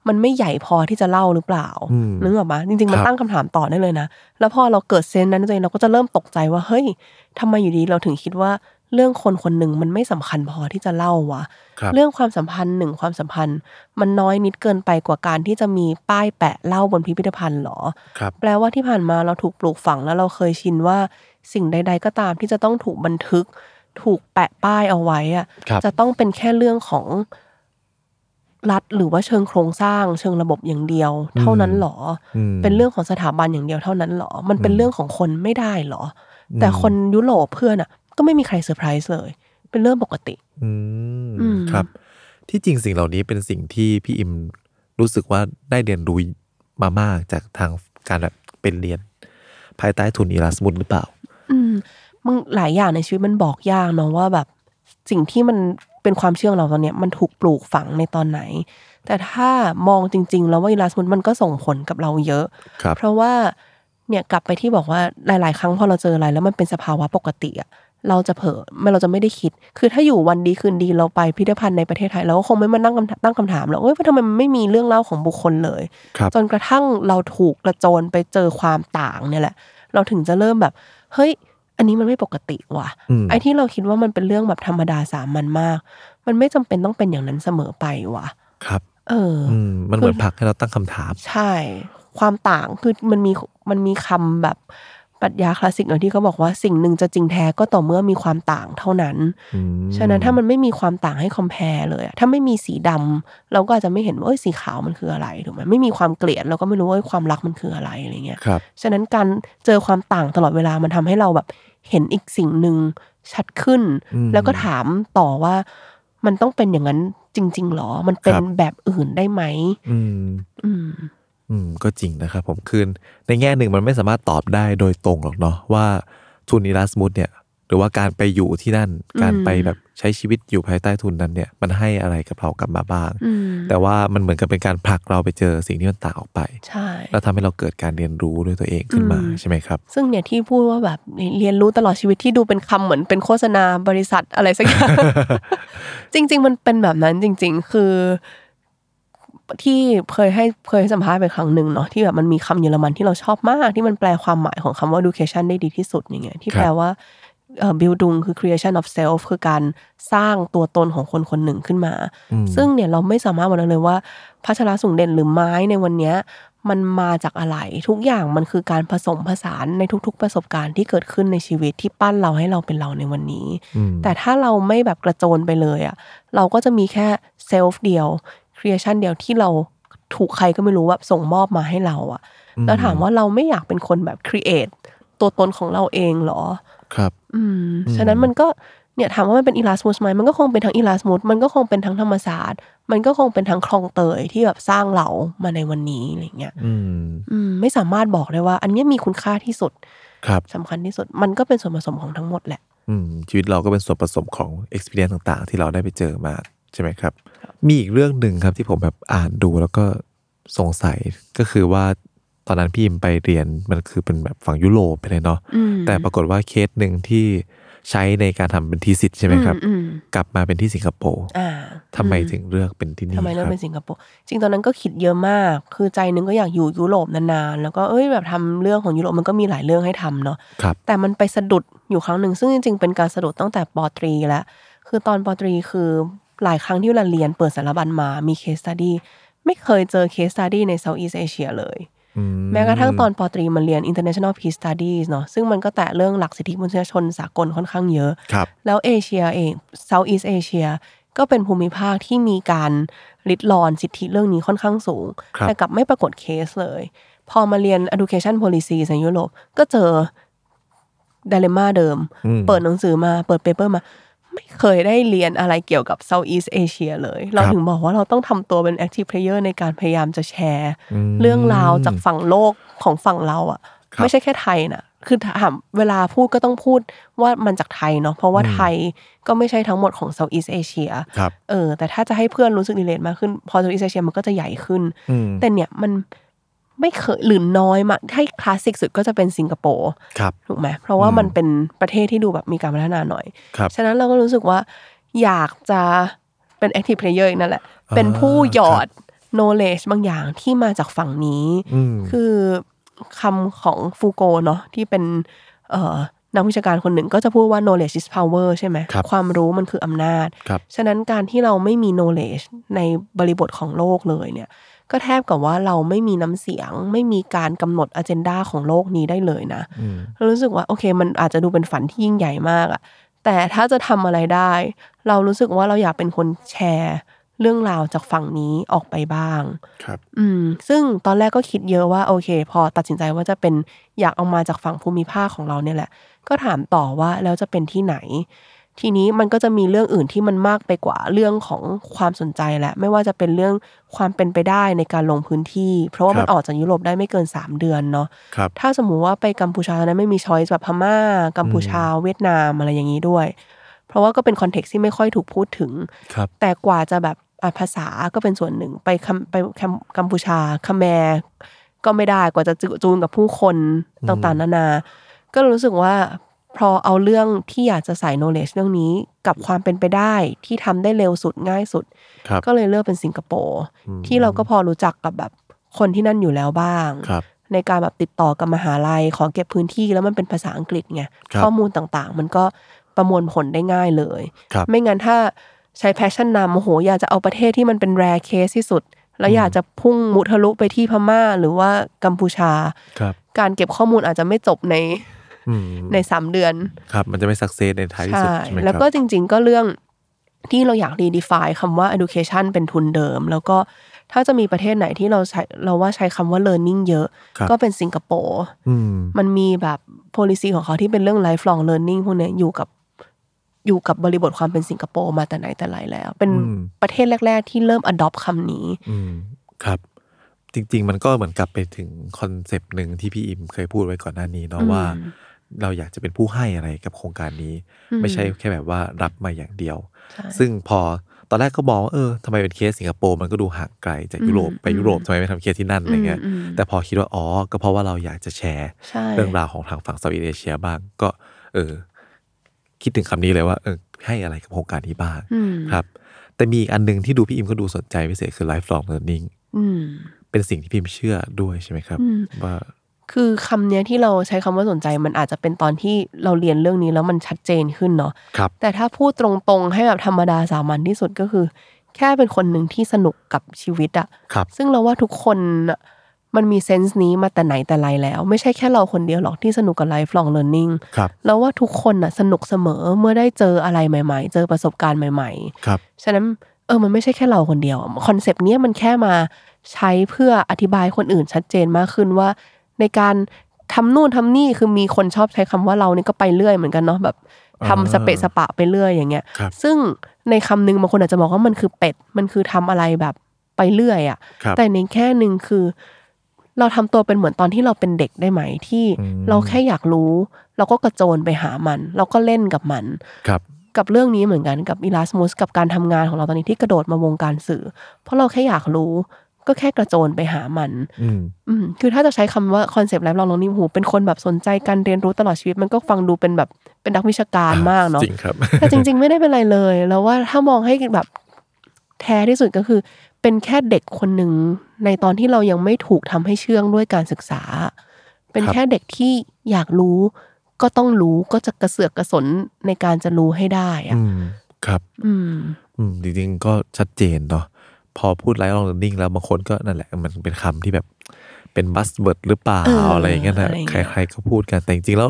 Speaker 3: มันไม่ใหญ่พอที่จะเล่าหรือเปล่า
Speaker 2: อืม
Speaker 3: นึกออกมาจริงๆ มัน
Speaker 2: ครับ
Speaker 3: ตั้งคำถามต่อได้เลยนะ แล้วพอเราเกิดเซนส์นั้นในตัวเองเราก็จะเริ่มตกใจว่าเฮ้ยทำไมอยู่ดีเราถึงคิดว่าเรื่องคนคนหนึ่งมันไม่สำคัญพอที่จะเล่าวะ
Speaker 2: ครับ
Speaker 3: เรื่องความสัมพันธ์หนึ่งความสัมพันธ์ มันน้อยนิดเกินไปกว่าการที่จะมีป้ายแปะเล่าบนพิพิธภัณฑ์หรอ
Speaker 2: ครับ
Speaker 3: แปลว่าที่ผ่านมาเราถูกปลูกฝังแล้วเราเคยชินว่าสิ่งใด ๆ ก็ตามที่จะต้องถูกบันทึก ถูกแปะป้ายเอาไว้อะ
Speaker 2: ครับ
Speaker 3: จะต้องเป็นแค่เรื่องของรัฐหรือว่าเชิงโครงสร้าง เชิงระบบอย่างเดียว เท่านั้นหรออ
Speaker 2: อืม
Speaker 3: เป็นเรื่องของสถาบันอย่างเดียวเท่านั้นหรอ มันเป็น
Speaker 2: อืม
Speaker 3: เรื่องของคนไม่ได้หรอ แต่คนยุโรปเพื่อนอ่ะ ก็ไม่มีใครเซอร์ไพรส์เลย เป็นเรื่องปกติ
Speaker 2: อื
Speaker 3: อื
Speaker 2: ม
Speaker 3: ม
Speaker 2: ครับ ที่จริงสิ่งเหล่านี้เป็นสิ่งที่พี่อิมรู้สึกว่าได้เรียนรู้มามากจากทางการแบบเป็นเรียน ภายใต้ทุนอีรัสมุสหรือเปล่า
Speaker 3: อืมมึงหลายอย่างในชีวิตมันบอกยากเนาะว่าแบบสิ่งที่มันเป็นความเชื่อของเราตอนเนี้ยมันถูกปลูกฝังในตอนไหน แต่ถ้ามองจริง ๆ แล้วว่าอีลาสมุนมันก็ส่งผลกับเราเยอะ
Speaker 2: ครับ
Speaker 3: เพราะว่าเนี่ยกลับไปที่บอกว่าหลาย ๆ ครั้งพอเราเจออะไรแล้วมันเป็นสภาวะปกติอะเราจะเผลอไม่เราจะไม่ได้คิด คือถ้าอยู่วันดีคืนดีเราไปพิพิธภัณฑ์ในประเทศไทยเราก็คงไม่มานั่งคำตั้งคำถามหรอกเอ้ยว่าทำไมมันไม่มีเรื่องเล่าของบุคคลเลย
Speaker 2: ครับ
Speaker 3: จนกระทั่งเราถูกกระโจนไปเจอความต่างเนี่ยแหละ เราถึงจะเริ่มแบบ เฮ้ย อันนี้มันไม่ปกติว่ะ
Speaker 2: อืม
Speaker 3: ไอ้ที่เราคิดว่ามันเป็นเรื่องแบบธรรมดาสามัญมาก มันไม่จำเป็นต้องเป็นอย่างนั้นเสมอไปว่ะ
Speaker 2: ครับ
Speaker 3: เอออ
Speaker 2: อืม มันเหมือนผลักให้เราตั้งคำถาม
Speaker 3: ใช่ ความต่างคือมันมีมันมีคำแบบปรัชญาคลาสสิกหน่อยที่เขาบอกว่าสิ่งหนึ่งจะจริงแท้ก็ต่อเมื่อมีความต่างเท่านั้น
Speaker 2: อืม
Speaker 3: ฉะนั้นถ้ามันไม่มีความต่างให้คอมเพลเลยอะถ้าไม่มีสีดำเราก็อาจจะไม่เห็นว่าเอ้ยสีขาวมันคืออะไรถูกไหมไม่มีความเกลียดเราก็ไม่รู้ว่าเอ้ยความรักมันคืออะไรอะไรเงี้ย
Speaker 2: ครับ
Speaker 3: ฉะนั้นการเจอความต่างตลอดเวลามันทำให้เราแบบเห็นอีกสิ่งหนึ่งชัดขึ้น
Speaker 2: อืม
Speaker 3: แล้วก็ถามต่อว่ามันต้องเป็นอย่างนั้นจริงๆหรอ มันเป็
Speaker 2: คน รับ
Speaker 3: แบบอื่นได้ไหม
Speaker 2: อืม
Speaker 3: อืม
Speaker 2: อืมก็จริงนะครับผมคือในแง่หนึ่งมันไม่สามารถตอบได้โดยตรงหรอกเนาะว่าทุนอีรัสมุสเนี่ย หรือว่าการไปอยู่ที่นั่น
Speaker 3: อืม
Speaker 2: การไปแบบใช้ชีวิตอยู่ภายใต้ทุนนั้นเนี่ย มันให้อะไรกับเรากลับมาบ้าง
Speaker 3: อืม
Speaker 2: แต่ว่ามันเหมือนกับเป็นการผลักเราไปเจอสิ่งที่มันต่างออกไป
Speaker 3: ใช่
Speaker 2: แล้วทำให้เราเกิดการเรียนรู้ด้วยตัวเองขึ้นมา
Speaker 3: อืม
Speaker 2: ใช่ไหมครับ
Speaker 3: ซึ่งเนี่ยที่พูดว่าแบบเรียนรู้ตลอดชีวิตที่ดูเป็นคำเหมือนเป็นโฆษณาบริษัทอะไรสัก อย่าง จริง ๆ มันเป็นแบบนั้นจริง ๆ คือ ที่เคยให้เคยให้สัมภาษณ์ไปครั้งหนึ่งเนาะที่แบบมันมีคำเยอรมันที่เราชอบมาก ที่มันแปลความหมายของคำว่า education ได้ดีที่สุดอย่างเงี้ยที่
Speaker 2: ครับ
Speaker 3: แปลว่าเอ่อ building คือ creation of self คือการสร้างตัวตนของคนคนหนึ่งขึ้นมา
Speaker 2: อืม
Speaker 3: ซึ่งเนี่ยเราไม่สามารถบอกได้เลยว่าพัชรสูงเด่นหรือไม้ในวันเนี้ยมันมาจากอะไร ทุกอย่างมันคือการผสมผสานในทุก ๆ ประสบการณ์ที่เกิดขึ้นในชีวิตที่ปั้นเราให้เราเป็นเราในวันนี้
Speaker 2: อืม
Speaker 3: แต่ถ้าเราไม่แบบกระโจนไปเลยอ่ะเราก็จะมีแค่เซลฟ์เดียวครีเอชันเดียวที่เราถูกใครก็ไม่รู้ว่าส่งมอบมาให้เราอ่ะแล้วถามว่าเราไม่อยากเป็นคนแบบครีเอทตัวตนของเราเองเหรอ
Speaker 2: ครับ
Speaker 3: อืม
Speaker 2: อืม
Speaker 3: ฉะนั้นมันก็เนี่ยถามว่ามันเป็นอีลาสมุสไหมมันก็คงเป็นทั้งอีลาสมุสมันก็คงเป็นทั้งธรรมศาสตร์ มันก็คงเป็นทั้งคลองเตยที่แบบสร้างเรามาในวันนี้อะไรเงี้ย
Speaker 2: อืม
Speaker 3: อืมไม่สามารถบอกได้ว่า อันเนี้ยมีคุณค่าที่สุด
Speaker 2: ครับ
Speaker 3: สำคัญที่สุด มันก็เป็นส่วนผสมของทั้งหมดแหละ
Speaker 2: อืมชีวิตเราก็เป็นส่วนผสมของ experience ต่างๆ ที่เราได้ไปเจอมาใช่ไหมครับ มีอีกเรื่องหนึ่งครับที่ผมแบบอ่านดูแล้วก็สงสัยก็คือว่าตอนนั้นพี่อิมไปเรียนมันคือเป็นแบบฝั่งยุโรปไปเลยเนาะ
Speaker 3: อืม
Speaker 2: แต่ปรากฏว่าเคสหนึ่งที่ใช้ในการทำเป็นทีสิทธ์ใช่ไหมครับ
Speaker 3: อืมอืม
Speaker 2: กลับมาเป็นที่สิงคโปร์
Speaker 3: อ่า
Speaker 2: ทำไม
Speaker 3: อืม
Speaker 2: ถึงเลือกเป็นที่นี่
Speaker 3: ทำไม
Speaker 2: ค
Speaker 3: เลือก
Speaker 2: รับ
Speaker 3: เป็นสิงคโปร์จริงตอนนั้นก็คิดเยอะมาก คือใจหนึงก็อยากอยู่ยุโรปนานๆแล้วก็เอ้ยแบบทำเรื่องของยุโรปมันก็มีหลายเรื่องให้ทำเนาะ
Speaker 2: ครับ
Speaker 3: แต่มันไปสะดุดอยู่ครั้งหนึ่งซึ่งจริงๆเป็นการสะดุดตั้งแต่ปอตรีแล้วคือตอนปอตรีคือหลายครั้งที่เราเรียนเปิดสารบัญมามีเคสตัดี้ไม่เคยเจอเคสตัดี้ในเซาท์อีสเอเชียเลย
Speaker 2: อื
Speaker 3: แม้กระทั่งตอนปอตรีมันเรียน international peace studies เนาะซึ่งมันก็แตะเรื่องหลักสิทธิมนุษยชนสากลค่อนข้างเยอะ
Speaker 2: ครับ
Speaker 3: แล้วเอเชียเอง Southeast Asia ก็เป็นภูมิภาคที่มีการริดรอนสิทธิเรื่องนี้ค่อนข้างสูง
Speaker 2: ครับ
Speaker 3: แต่กลับไม่ปรากฏเคสเลย พอมาเรียน education policy ในยุโรปก็เจอด i เลม่าเดิม
Speaker 2: อืม
Speaker 3: เปิดหนังสือมาเปิดเปเปอร์มา ไม่เคยได้เรียนอะไรเกี่ยวกับ Southeast Asia เลย เรา
Speaker 2: ครับ
Speaker 3: ถึงบอกว่าเราต้องทำตัวเป็น active player ในการพยายามจะแชร์
Speaker 2: ม
Speaker 3: เรื่องราวจากฝั่งโลกของฝั่งเราอะ
Speaker 2: ครับ
Speaker 3: ไม่ใช่แค่ไทยนะคือถามเวลาพูดก็ต้องพูดว่ามันจากไทยเนาะเพราะว่าไทยก็ไม่ใช่ทั้งหมดของ Southeast Asia
Speaker 2: ครับ
Speaker 3: เออแต่ถ้าจะให้เพื่อนรู้สึกดีเลตมากขึ้น พอ Southeast Asia มันก็จะใหญ่ขึ้น
Speaker 2: อืม
Speaker 3: แต่เนี่ยมันไม่เคยหรือน้อยมากให้คลาสสิกสุดก็จะเป็นสิงคโปร์
Speaker 2: ครับ
Speaker 3: ถูกไหมเพราะว่า
Speaker 2: อืม
Speaker 3: มันเป็นประเทศที่ดูแบบมีการพัฒนาหน่อย
Speaker 2: ครับ
Speaker 3: ฉะนั้นเราก็รู้สึกว่าอยากจะเป็น active player อีกนั่นแหละ
Speaker 2: อ่า
Speaker 3: เป็นผู้หยอ
Speaker 2: ครั
Speaker 3: ด
Speaker 2: บ
Speaker 3: knowledge บางอย่างที่มาจากฝั่งนี้
Speaker 2: อืม
Speaker 3: คือคำของฟูโกเนาะที่เป็นเอ่อนักวิชาการคนหนึ่งก็จะพูดว่า knowledge is power ใช่ไหม
Speaker 2: ครับ
Speaker 3: ความรู้มันคืออำนาจ
Speaker 2: ครับ
Speaker 3: ฉะนั้นการที่เราไม่มี knowledge ในบริบทของโลกเลยเนี่ย ก็แทบกับว่าเราไม่มีน้ำเสียง ไม่มีการกำหนด agenda ของโลกนี้ได้เลยนะ
Speaker 2: อืม
Speaker 3: เรารู้สึกว่าโอเคมันอาจจะดูเป็นฝันที่ยิ่งใหญ่มากอะแต่ถ้าจะทำอะไรได้ เรารู้สึกว่าเราอยากเป็นคนแชร์ เรื่องราวจากฝั่งนี้ออกไปบ้าง
Speaker 2: ครับ
Speaker 3: อืม ซึ่งตอนแรกก็คิดเยอะว่าโอเค พอตัดสินใจว่าจะเป็นอยากเอามาจากฝั่งภูมิภาคของเราเนี่ยแหละ ก็ถามต่อว่าแล้วจะเป็นที่ไหน ทีนี้มันก็จะมีเรื่องอื่นที่มันมากไปกว่าเรื่องของความสนใจและ ไม่ว่าจะเป็นเรื่องความเป็นไปได้ในการลงพื้นที่ เพราะว่ามั
Speaker 2: ค
Speaker 3: น
Speaker 2: รับ
Speaker 3: ออกจากยุโรปได้ไม่เกินสามเดือนเนาะ
Speaker 2: ครับ
Speaker 3: ถ้าสมมุติว่าไปกัมพูชาตอนนั้นไม่มีช้อยส์แบบพม่า กัมพูชาเวียดนามอะไรอย่างนี้ด้วย เพราะว่าก็เป็นคอนเท็กซ์ที่ไม่ค่อยถูกพูดถึง
Speaker 2: ครับ
Speaker 3: แต่กว่าจะแบบอ่ะภาษาก็เป็นส่วนหนึ่งไปคัมไปคัมกัมพูชาคาแมร์ก็ไม่ได้กว่าจะจูนกับผู้คนต่างๆ นานา ก็รู้สึกว่าพอเอาเรื่องที่อยากจะใส่ knowledge เรื่องนี้กับความเป็นไปได้ที่ทำได้เร็วสุดง่ายสุด
Speaker 2: ครับ
Speaker 3: ก็เลยเลือกเป็นสิงคโปร์
Speaker 2: อืม
Speaker 3: ที่เราก็พอรู้จักกับแบบคนที่นั่นอยู่แล้วบ้าง
Speaker 2: ครับ
Speaker 3: ในการแบบติดต่อกับมหาลัย ขอเก็บพื้นที่แล้วมันเป็นภาษาอังกฤษไง
Speaker 2: ครับ
Speaker 3: ข้อมูลต่างๆ มันก็ประมวลผลได้ง่ายเลย
Speaker 2: ครับ
Speaker 3: ไม่งั้นถ้าใช้แพชชั่นนำโอ้โห อยากจะเอาประเทศที่มันเป็นแรเคสที่สุด แล้วอยากจะพุ่งมุทะลุไปที่พม่าหรือว่ากัมพูชา
Speaker 2: ครับ
Speaker 3: การเก็บข้อมูลอาจจะไม่จบใน
Speaker 2: อืม
Speaker 3: ในสามเดือน
Speaker 2: ครับ มันจะไม่สักเซสในท้ายที่สุดใช่ไหมครับ
Speaker 3: แล้วก็จริงๆก็เรื่องที่เราอยาก redefine คำว่า education เป็นทุนเดิม แล้วก็ถ้าจะมีประเทศไหนที่เราใช้เราว่าใช้คำว่า learning เยอะ
Speaker 2: ครับ
Speaker 3: ก็เป็นสิงคโปร์
Speaker 2: อืม
Speaker 3: มันมีแบบ policy ของเขาที่เป็นเรื่อง lifelong learning พวกเนี้ยอยู่กับอยู่กับบริบทความเป็นสิงคโปร์มาแต่ไหนแต่ไรแล้ว เป็น
Speaker 2: อืม
Speaker 3: ประเทศแรก ๆ ที่เริ่ม adopt คำนี้
Speaker 2: อืมครับ จริง ๆ มันก็เหมือนกลับไปถึงคอนเซปต์หนึ่งที่พี่อิมเคยพูดไว้ก่อนหน้านี้เนาะ
Speaker 3: อืม
Speaker 2: ว่า เราอยากจะเป็นผู้ให้อะไรกับโครงการนี้
Speaker 3: อืม
Speaker 2: ไม่ใช่แค่แบบว่ารับมาอย่างเดียว
Speaker 3: ใช่
Speaker 2: ซึ่งพอตอนแรกก็มองว่าเออทำไมเป็นเคสสิงคโปร์มันก็ดูห่างไกลจากยุโรป
Speaker 3: อืม
Speaker 2: ไปยุโรปทำไมไม่ทำเคสที่นั่นอะไรเงี้ย
Speaker 3: อืมอืม
Speaker 2: แต่พอคิดว่าอ๋อก็เพราะว่าเราอยากจะแชร์
Speaker 3: ใช่
Speaker 2: เรื่องราวของทางฝั่งเซาท์อีสเอเชียบ้างก็ เออ คิดถึงคำนี้เลยว่าเออให้อะไรกับโครงการนี้บ้าง
Speaker 3: อืม
Speaker 2: ครับ แต่มีอีกอันหนึ่งที่ดูพี่อิมก็ดูสนใจพิเศษคือ lifelong learning
Speaker 3: อืม
Speaker 2: เป็นสิ่งที่พิมเชื่อด้วยใช่ไหมครับ
Speaker 3: อืม
Speaker 2: ว่า
Speaker 3: คือคำเนี้ยที่เราใช้คำว่าสนใจมันอาจจะเป็นตอนที่เราเรียนเรื่องนี้แล้วมันชัดเจนขึ้นเนาะ
Speaker 2: ครับ
Speaker 3: แต่ถ้าพูดตรงๆ ให้แบบธรรมดาสามัญที่สุดก็คือ แค่เป็นคนหนึ่งที่สนุกกับชีวิตอะ
Speaker 2: ครับ
Speaker 3: ซึ่งเราว่าทุกคนน่ะมันมีเซนส์นี้มาแต่ไหนแต่ไรแล้ว ไม่ใช่แค่เราคนเดียวหรอกที่สนุกกับไลฟ์ลองเรียนรู้
Speaker 2: ครับ
Speaker 3: เราว่าทุกคนน่ะสนุกเสมอเมื่อได้เจออะไรใหม่ ๆ เจอประสบการณ์ใหม่
Speaker 2: ครับ
Speaker 3: ๆ ฉะนั้นเออมันไม่ใช่แค่เราคนเดียวคอนเซปต์เนี้ยมันแค่มาใช้เพื่ออธิบายคนอื่นชัดเจนมากขึ้นว่า ในการทำนู่นทำนี่คือมีคนชอบใช้คำว่าเรานี่ก็ไปเรื่อยเหมือนกันเนาะแบบทำสเปะสปะไปเรื่อยอย่างเงี้ย
Speaker 2: ครับ
Speaker 3: ซึ่งในคำหนึงบางคนอาจจะบอกว่ามันคือเป็ด มันคือทำอะไรแบบไปเรื่อยอะ
Speaker 2: ครั่
Speaker 3: ะ
Speaker 2: บ
Speaker 3: แต่ในแค่หนึ่งคือ เราทำตัวเป็นเหมือนตอนที่เราเป็นเด็กได้ไหมที่
Speaker 2: อืม
Speaker 3: เราแค่อยากรู้ เราก็กระโจนไปหามัน เราก็เล่นกับมัน
Speaker 2: ครับ
Speaker 3: กับเรื่องนี้เหมือนกันกับอีลาสมุสกับการทำงานของเราตอนนี้ที่กระโดดมาวงการสื่อ เพราะเราแค่อยากรู้ ก็แค่กระโจนไปหามัน
Speaker 2: อืม
Speaker 3: อืมคือถ้าจะใช้คำว่าคอนเซปต์ไลฟ์ลองลองนี่หูเป็นคนแบบสนใจการเรียนรู้ตลอดชีวิตมันก็ฟังดูเป็นแบบเป็นนักวิชาการมากเนาะ
Speaker 2: จริงครับ
Speaker 3: แต่จริง ๆ ไม่ได้เป็นไรเลย แล้วว่าถ้ามองให้แบบ แท้ที่สุดก็คือ เป็นแค่เด็กคนหนึ่งในตอนที่เรายังไม่ถูกทำให้เชื่องด้วยการศึกษา เป็น
Speaker 2: ครับ
Speaker 3: แค่เด็กที่อยากรู้ ก็ต้องรู้ก็จะกระเสือกกระสนในการจะรู้ให้ได้อะ
Speaker 2: อืมครับ
Speaker 3: อืม
Speaker 2: อืมจริงๆก็ชัดเจนเนาะพอพูดไลฟ์ลองนิ่งแล้วบางคนก็นั่นแหละมันเป็นคำที่แบบเป็นบัสเบิร์ดหรือเปล่า
Speaker 3: เออ
Speaker 2: อะไรอย่างเงี้ยนะ
Speaker 3: อะไรอย่าง
Speaker 2: ใ
Speaker 3: เงี้ย
Speaker 2: ครๆก็พูดกันแต่จริงๆแล้ว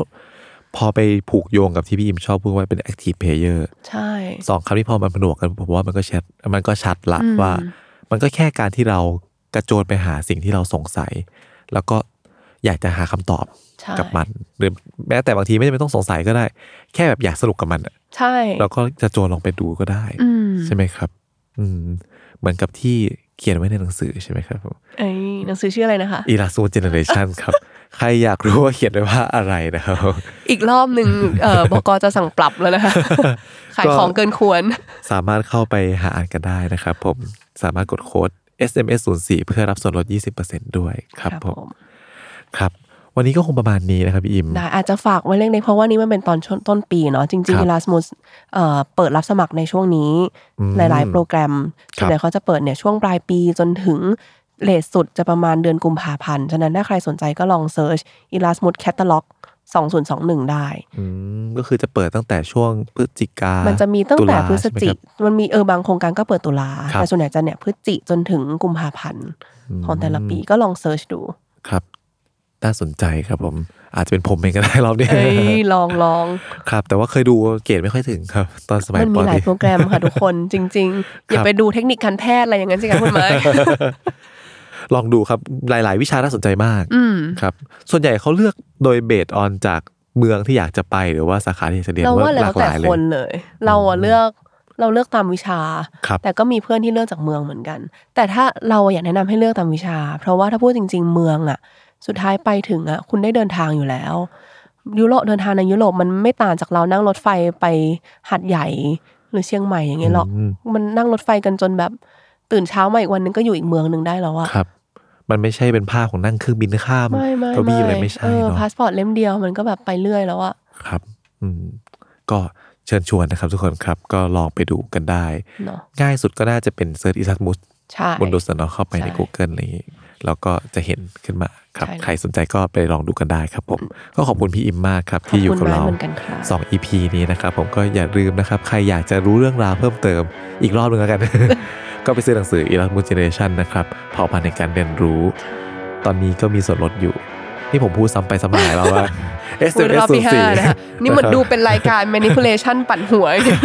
Speaker 2: พอไปผูกโยงกับที่พี่อิมชอบพูดไว้เป็น active player
Speaker 3: ใช่
Speaker 2: สองคำที่พอมันผนวกกันผมว่ามันก็ชัดมันก็ชัดละ
Speaker 3: อืม
Speaker 2: ว่า มันก็แค่การที่เรากระโจนไปหาสิ่งที่เราสงสัย แล้วก็อยากจะหาคำตอบ
Speaker 3: ใช่
Speaker 2: กับมัน หรือแม้แต่บางทีไม่จำเป็นต้องสงสัยก็ได้ แค่แบบอยากสนุกกับมันอะ
Speaker 3: ใช่
Speaker 2: เราก็จะโจนลองไปดูก็ได้
Speaker 3: อืม
Speaker 2: ใช่ไหมครับ อืม เหมือนกับที่เขียนไว้ในหนังสือใช่ไหมครับ
Speaker 3: ไอ้หนังสือชื่ออะไรนะคะ
Speaker 2: อีลาซูเจเนเรชันครับ ใครอยากรู้ว่าเขียนไว้ว่าอะไรนะครับ
Speaker 3: อีกรอบหนึ่งเออบกจะสั่งปรับแล้ว นะคะ ขายของเกินควร
Speaker 2: สามารถเข้าไปหาอ่านกันได้นะครับผม สามารถกดโค้ด SMS 0 4เพื่อรับส่วนลด 20%ด้วยครับผม ครับ วันนี้ก็คงประมาณนี้นะครับพี่อิม
Speaker 3: ได้อาจจะฝากไว้เล็กน้อยเพราะว่านี่มันเป็นตอนช่วงต้นปีเนาะ
Speaker 2: ค
Speaker 3: จ
Speaker 2: รั
Speaker 3: ริง
Speaker 2: บ
Speaker 3: ๆ Erasmus เอ่อเปิดรับสมัครในช่วงนี้
Speaker 2: อืม
Speaker 3: หลายๆ โปรแกรม
Speaker 2: ครับ
Speaker 3: ส่วนใหญ่เขาจะเปิดเนี่ยช่วงปลายปีจนถึงเลทสุดจะประมาณเดือนกุมภาพันธ์ ฉะนั้นถ้าใครสนใจก็ลองเซิร์ช Erasmus Catalog 2021 ได้
Speaker 2: อืมก็คือจะเปิดตั้งแต่ช่วงพฤศจิกา
Speaker 3: มั
Speaker 2: มัน
Speaker 3: จะมีตั้งแต่พฤศจิ
Speaker 2: ก
Speaker 3: กมันมีเออบางโครงการก็เปิดตุลา
Speaker 2: ครับ
Speaker 3: แต่ส่วนใหญ่จะเนี่ยพฤศจิจนถึงกุมภาพันธ์ของแต่ละปีก็ลองเซิร์ชดู
Speaker 2: ครับ น่าสนใจครับผม อาจจะเป็นผมเองก็ได้รอบนี้
Speaker 3: เอ้ยลองลอง
Speaker 2: ครับ แต่ว่าเคยดูเกรดไม่ค่อยถึงครับ ตอนสมัย
Speaker 3: มัน
Speaker 2: ป
Speaker 3: มี
Speaker 2: อ
Speaker 3: หลา
Speaker 2: ต
Speaker 3: ย
Speaker 2: รี
Speaker 3: โปรแกรมค่ะทุกคนจริง ๆ อ
Speaker 2: ค
Speaker 3: ย่า
Speaker 2: รับ
Speaker 3: ไปดูเทคนิคการแพทย์อะไรอย่างนั้นสิคะคุณไม้
Speaker 2: ลองดูครับหลาย ๆ วิชาน่าสนใจมาก
Speaker 3: อืม
Speaker 2: ครับส่วนใหญ่เขาเลือกโดยเบสออนจากเมืองที่อยากจะไปหรือว่าสาขาที่อยากจะเรียน
Speaker 3: เราว่า
Speaker 2: ห
Speaker 3: แล้
Speaker 2: ลาว กห
Speaker 3: แต่
Speaker 2: ลายเล
Speaker 3: ค
Speaker 2: ย
Speaker 3: นเลย เราอะเลือกเราเลือกตามวิชา
Speaker 2: ครับ
Speaker 3: แต่ก็มีเพื่อนที่เลือกจากเมืองเหมือนกัน แต่ถ้าเราอยากแนะนำให้เลือกตามวิชา เพราะว่าถ้าพูดจริง ๆ เมืองอะสุดท้ายไปถึงอะคุณได้เดินทางอยู่แล้ว ยุโรปเดินทางในยุโรปมันไม่ต่างจากเรานั่งรถไฟไปหัดใหญ่หรือเชียงใหม่อย่างเงี้ยหรอก
Speaker 2: อืม
Speaker 3: มันนั่งรถไฟกันจนแบบตื่นเช้ามาอีกวันนึงก็อยู่อีกเมืองหนึ่งได้แล้วอะ
Speaker 2: ครับ มันไม่ใช่เป็นภาพของนั่งเครื่องบินข้าม
Speaker 3: ไม่ไม่
Speaker 2: กระบี่อะไรไม่ใช่
Speaker 3: เออ
Speaker 2: เนาะ
Speaker 3: พาสปอร์ตเล่มเดียวมันก็แบบไปเรื่อยแล้วอะ
Speaker 2: ครับ อืมก็เชิญชวนนะครับทุกคนครับ ก็ลองไปดูกันได้
Speaker 3: เนาะ
Speaker 2: ง่ายสุดก็น่าจะเป็นเซิร์ชอิสัตมุส
Speaker 3: ใช่
Speaker 2: บนดูสนอเข้าไปใน
Speaker 3: ใช่
Speaker 2: Google อะไรอย่างนี้แล้วก็จะเห็นขึ้นมาครับ
Speaker 3: ใช่แล้ว
Speaker 2: ใครสนใจก็ไปลองดูกันได้ครับผม ก็ขอบคุณพี่อิมมากครับ ที่อยู่กับเรา
Speaker 3: ขอบคุณมากเหมือนกันครับ
Speaker 2: สอง EP นี้นะครับ ผมก็อย่าลืมนะครับ ใครอยากจะรู้เรื่องราวเพิ่มเติมอีกรอบหนึงแล้ว กัน ก็ไปซื้อหนังสือ e l a s m u s Generation นะครับเผ่าพันธุ์ในการเรียนรู้ ตอนนี้ก็มีส่วนลดอยู่ นี่ผมพูดซ้ำไปซ้ำมาแล้วว่า S
Speaker 3: พูด
Speaker 2: M
Speaker 3: ร
Speaker 2: S
Speaker 3: อบที่
Speaker 2: สี่
Speaker 3: ห้านะคะนี่เหมือนดูเป็นรายการ manipulation ปั่นหัวอย่างเงี้ย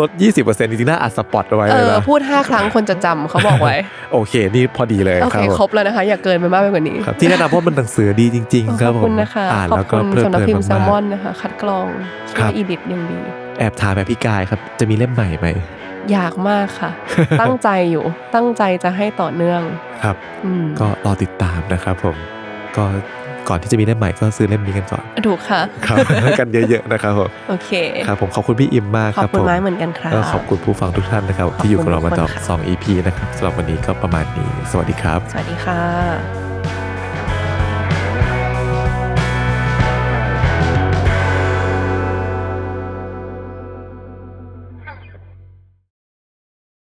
Speaker 2: ลด 20%จริงๆน่าอัดสปอตเอาไว้
Speaker 3: เอ
Speaker 2: เลย
Speaker 3: อ
Speaker 2: นะ
Speaker 3: พูดห้าครั้งคนจะจำเขาบอกไว้
Speaker 2: โอเค นี่พอดีเลย
Speaker 3: โอ
Speaker 2: ค
Speaker 3: เค
Speaker 2: รับผม
Speaker 3: ครบแล้วนะคะ อย่าเกินไปมากไปกว่านี้
Speaker 2: ครับที่แนะนำว่ามันหนังสือดีจริง ๆ ค
Speaker 3: ข
Speaker 2: รั
Speaker 3: อ
Speaker 2: บบ ผ
Speaker 3: คุณ
Speaker 2: ม
Speaker 3: นะคะ
Speaker 2: อ่าน
Speaker 3: ขอ
Speaker 2: แล้ว
Speaker 3: บ
Speaker 2: ก็
Speaker 3: คุณ
Speaker 2: เพลิด
Speaker 3: สำนั
Speaker 2: เพ
Speaker 3: ก
Speaker 2: ลิน
Speaker 3: พิมพ์แซล
Speaker 2: มาก
Speaker 3: มอนนะคะ คัดกรอง
Speaker 2: ค
Speaker 3: ช่ว
Speaker 2: รับ
Speaker 3: ยอีดิทอย่างดี
Speaker 2: แอบถามแบบพี่กายครับ จะมีเล่มใหม่ไหม
Speaker 3: อยากมากค่ะ ตั้งใจอยู่ ตั้งใจจะให้ต่อเนื่อง
Speaker 2: ครับ
Speaker 3: อืม
Speaker 2: ก็รอติดตามนะครับผม ก็ก่อนที่จะมีเล่มใหม่ก็ซื้อเล่มนี้กันก่อน
Speaker 3: ถูกค่ะ
Speaker 2: ครับ กันเยอะๆนะครับผม
Speaker 3: โอเค
Speaker 2: ครับผมขอบคุณพี่อิมมาก
Speaker 3: ขอ
Speaker 2: ครับ บผ
Speaker 3: คุณ
Speaker 2: ม
Speaker 3: ไม้เหมือนกันครับ
Speaker 2: แล้วขอบคุณผู้ฟังทุกท่านนะครับ ที่อยู่กับเรามาต่อ
Speaker 3: ขอบคุณทุกคนค่ะ
Speaker 2: 2 EP นะครับสำหรับวันนี้ก็ประมาณนี้ สวัสดีครับ
Speaker 3: สวัสดีค่ะ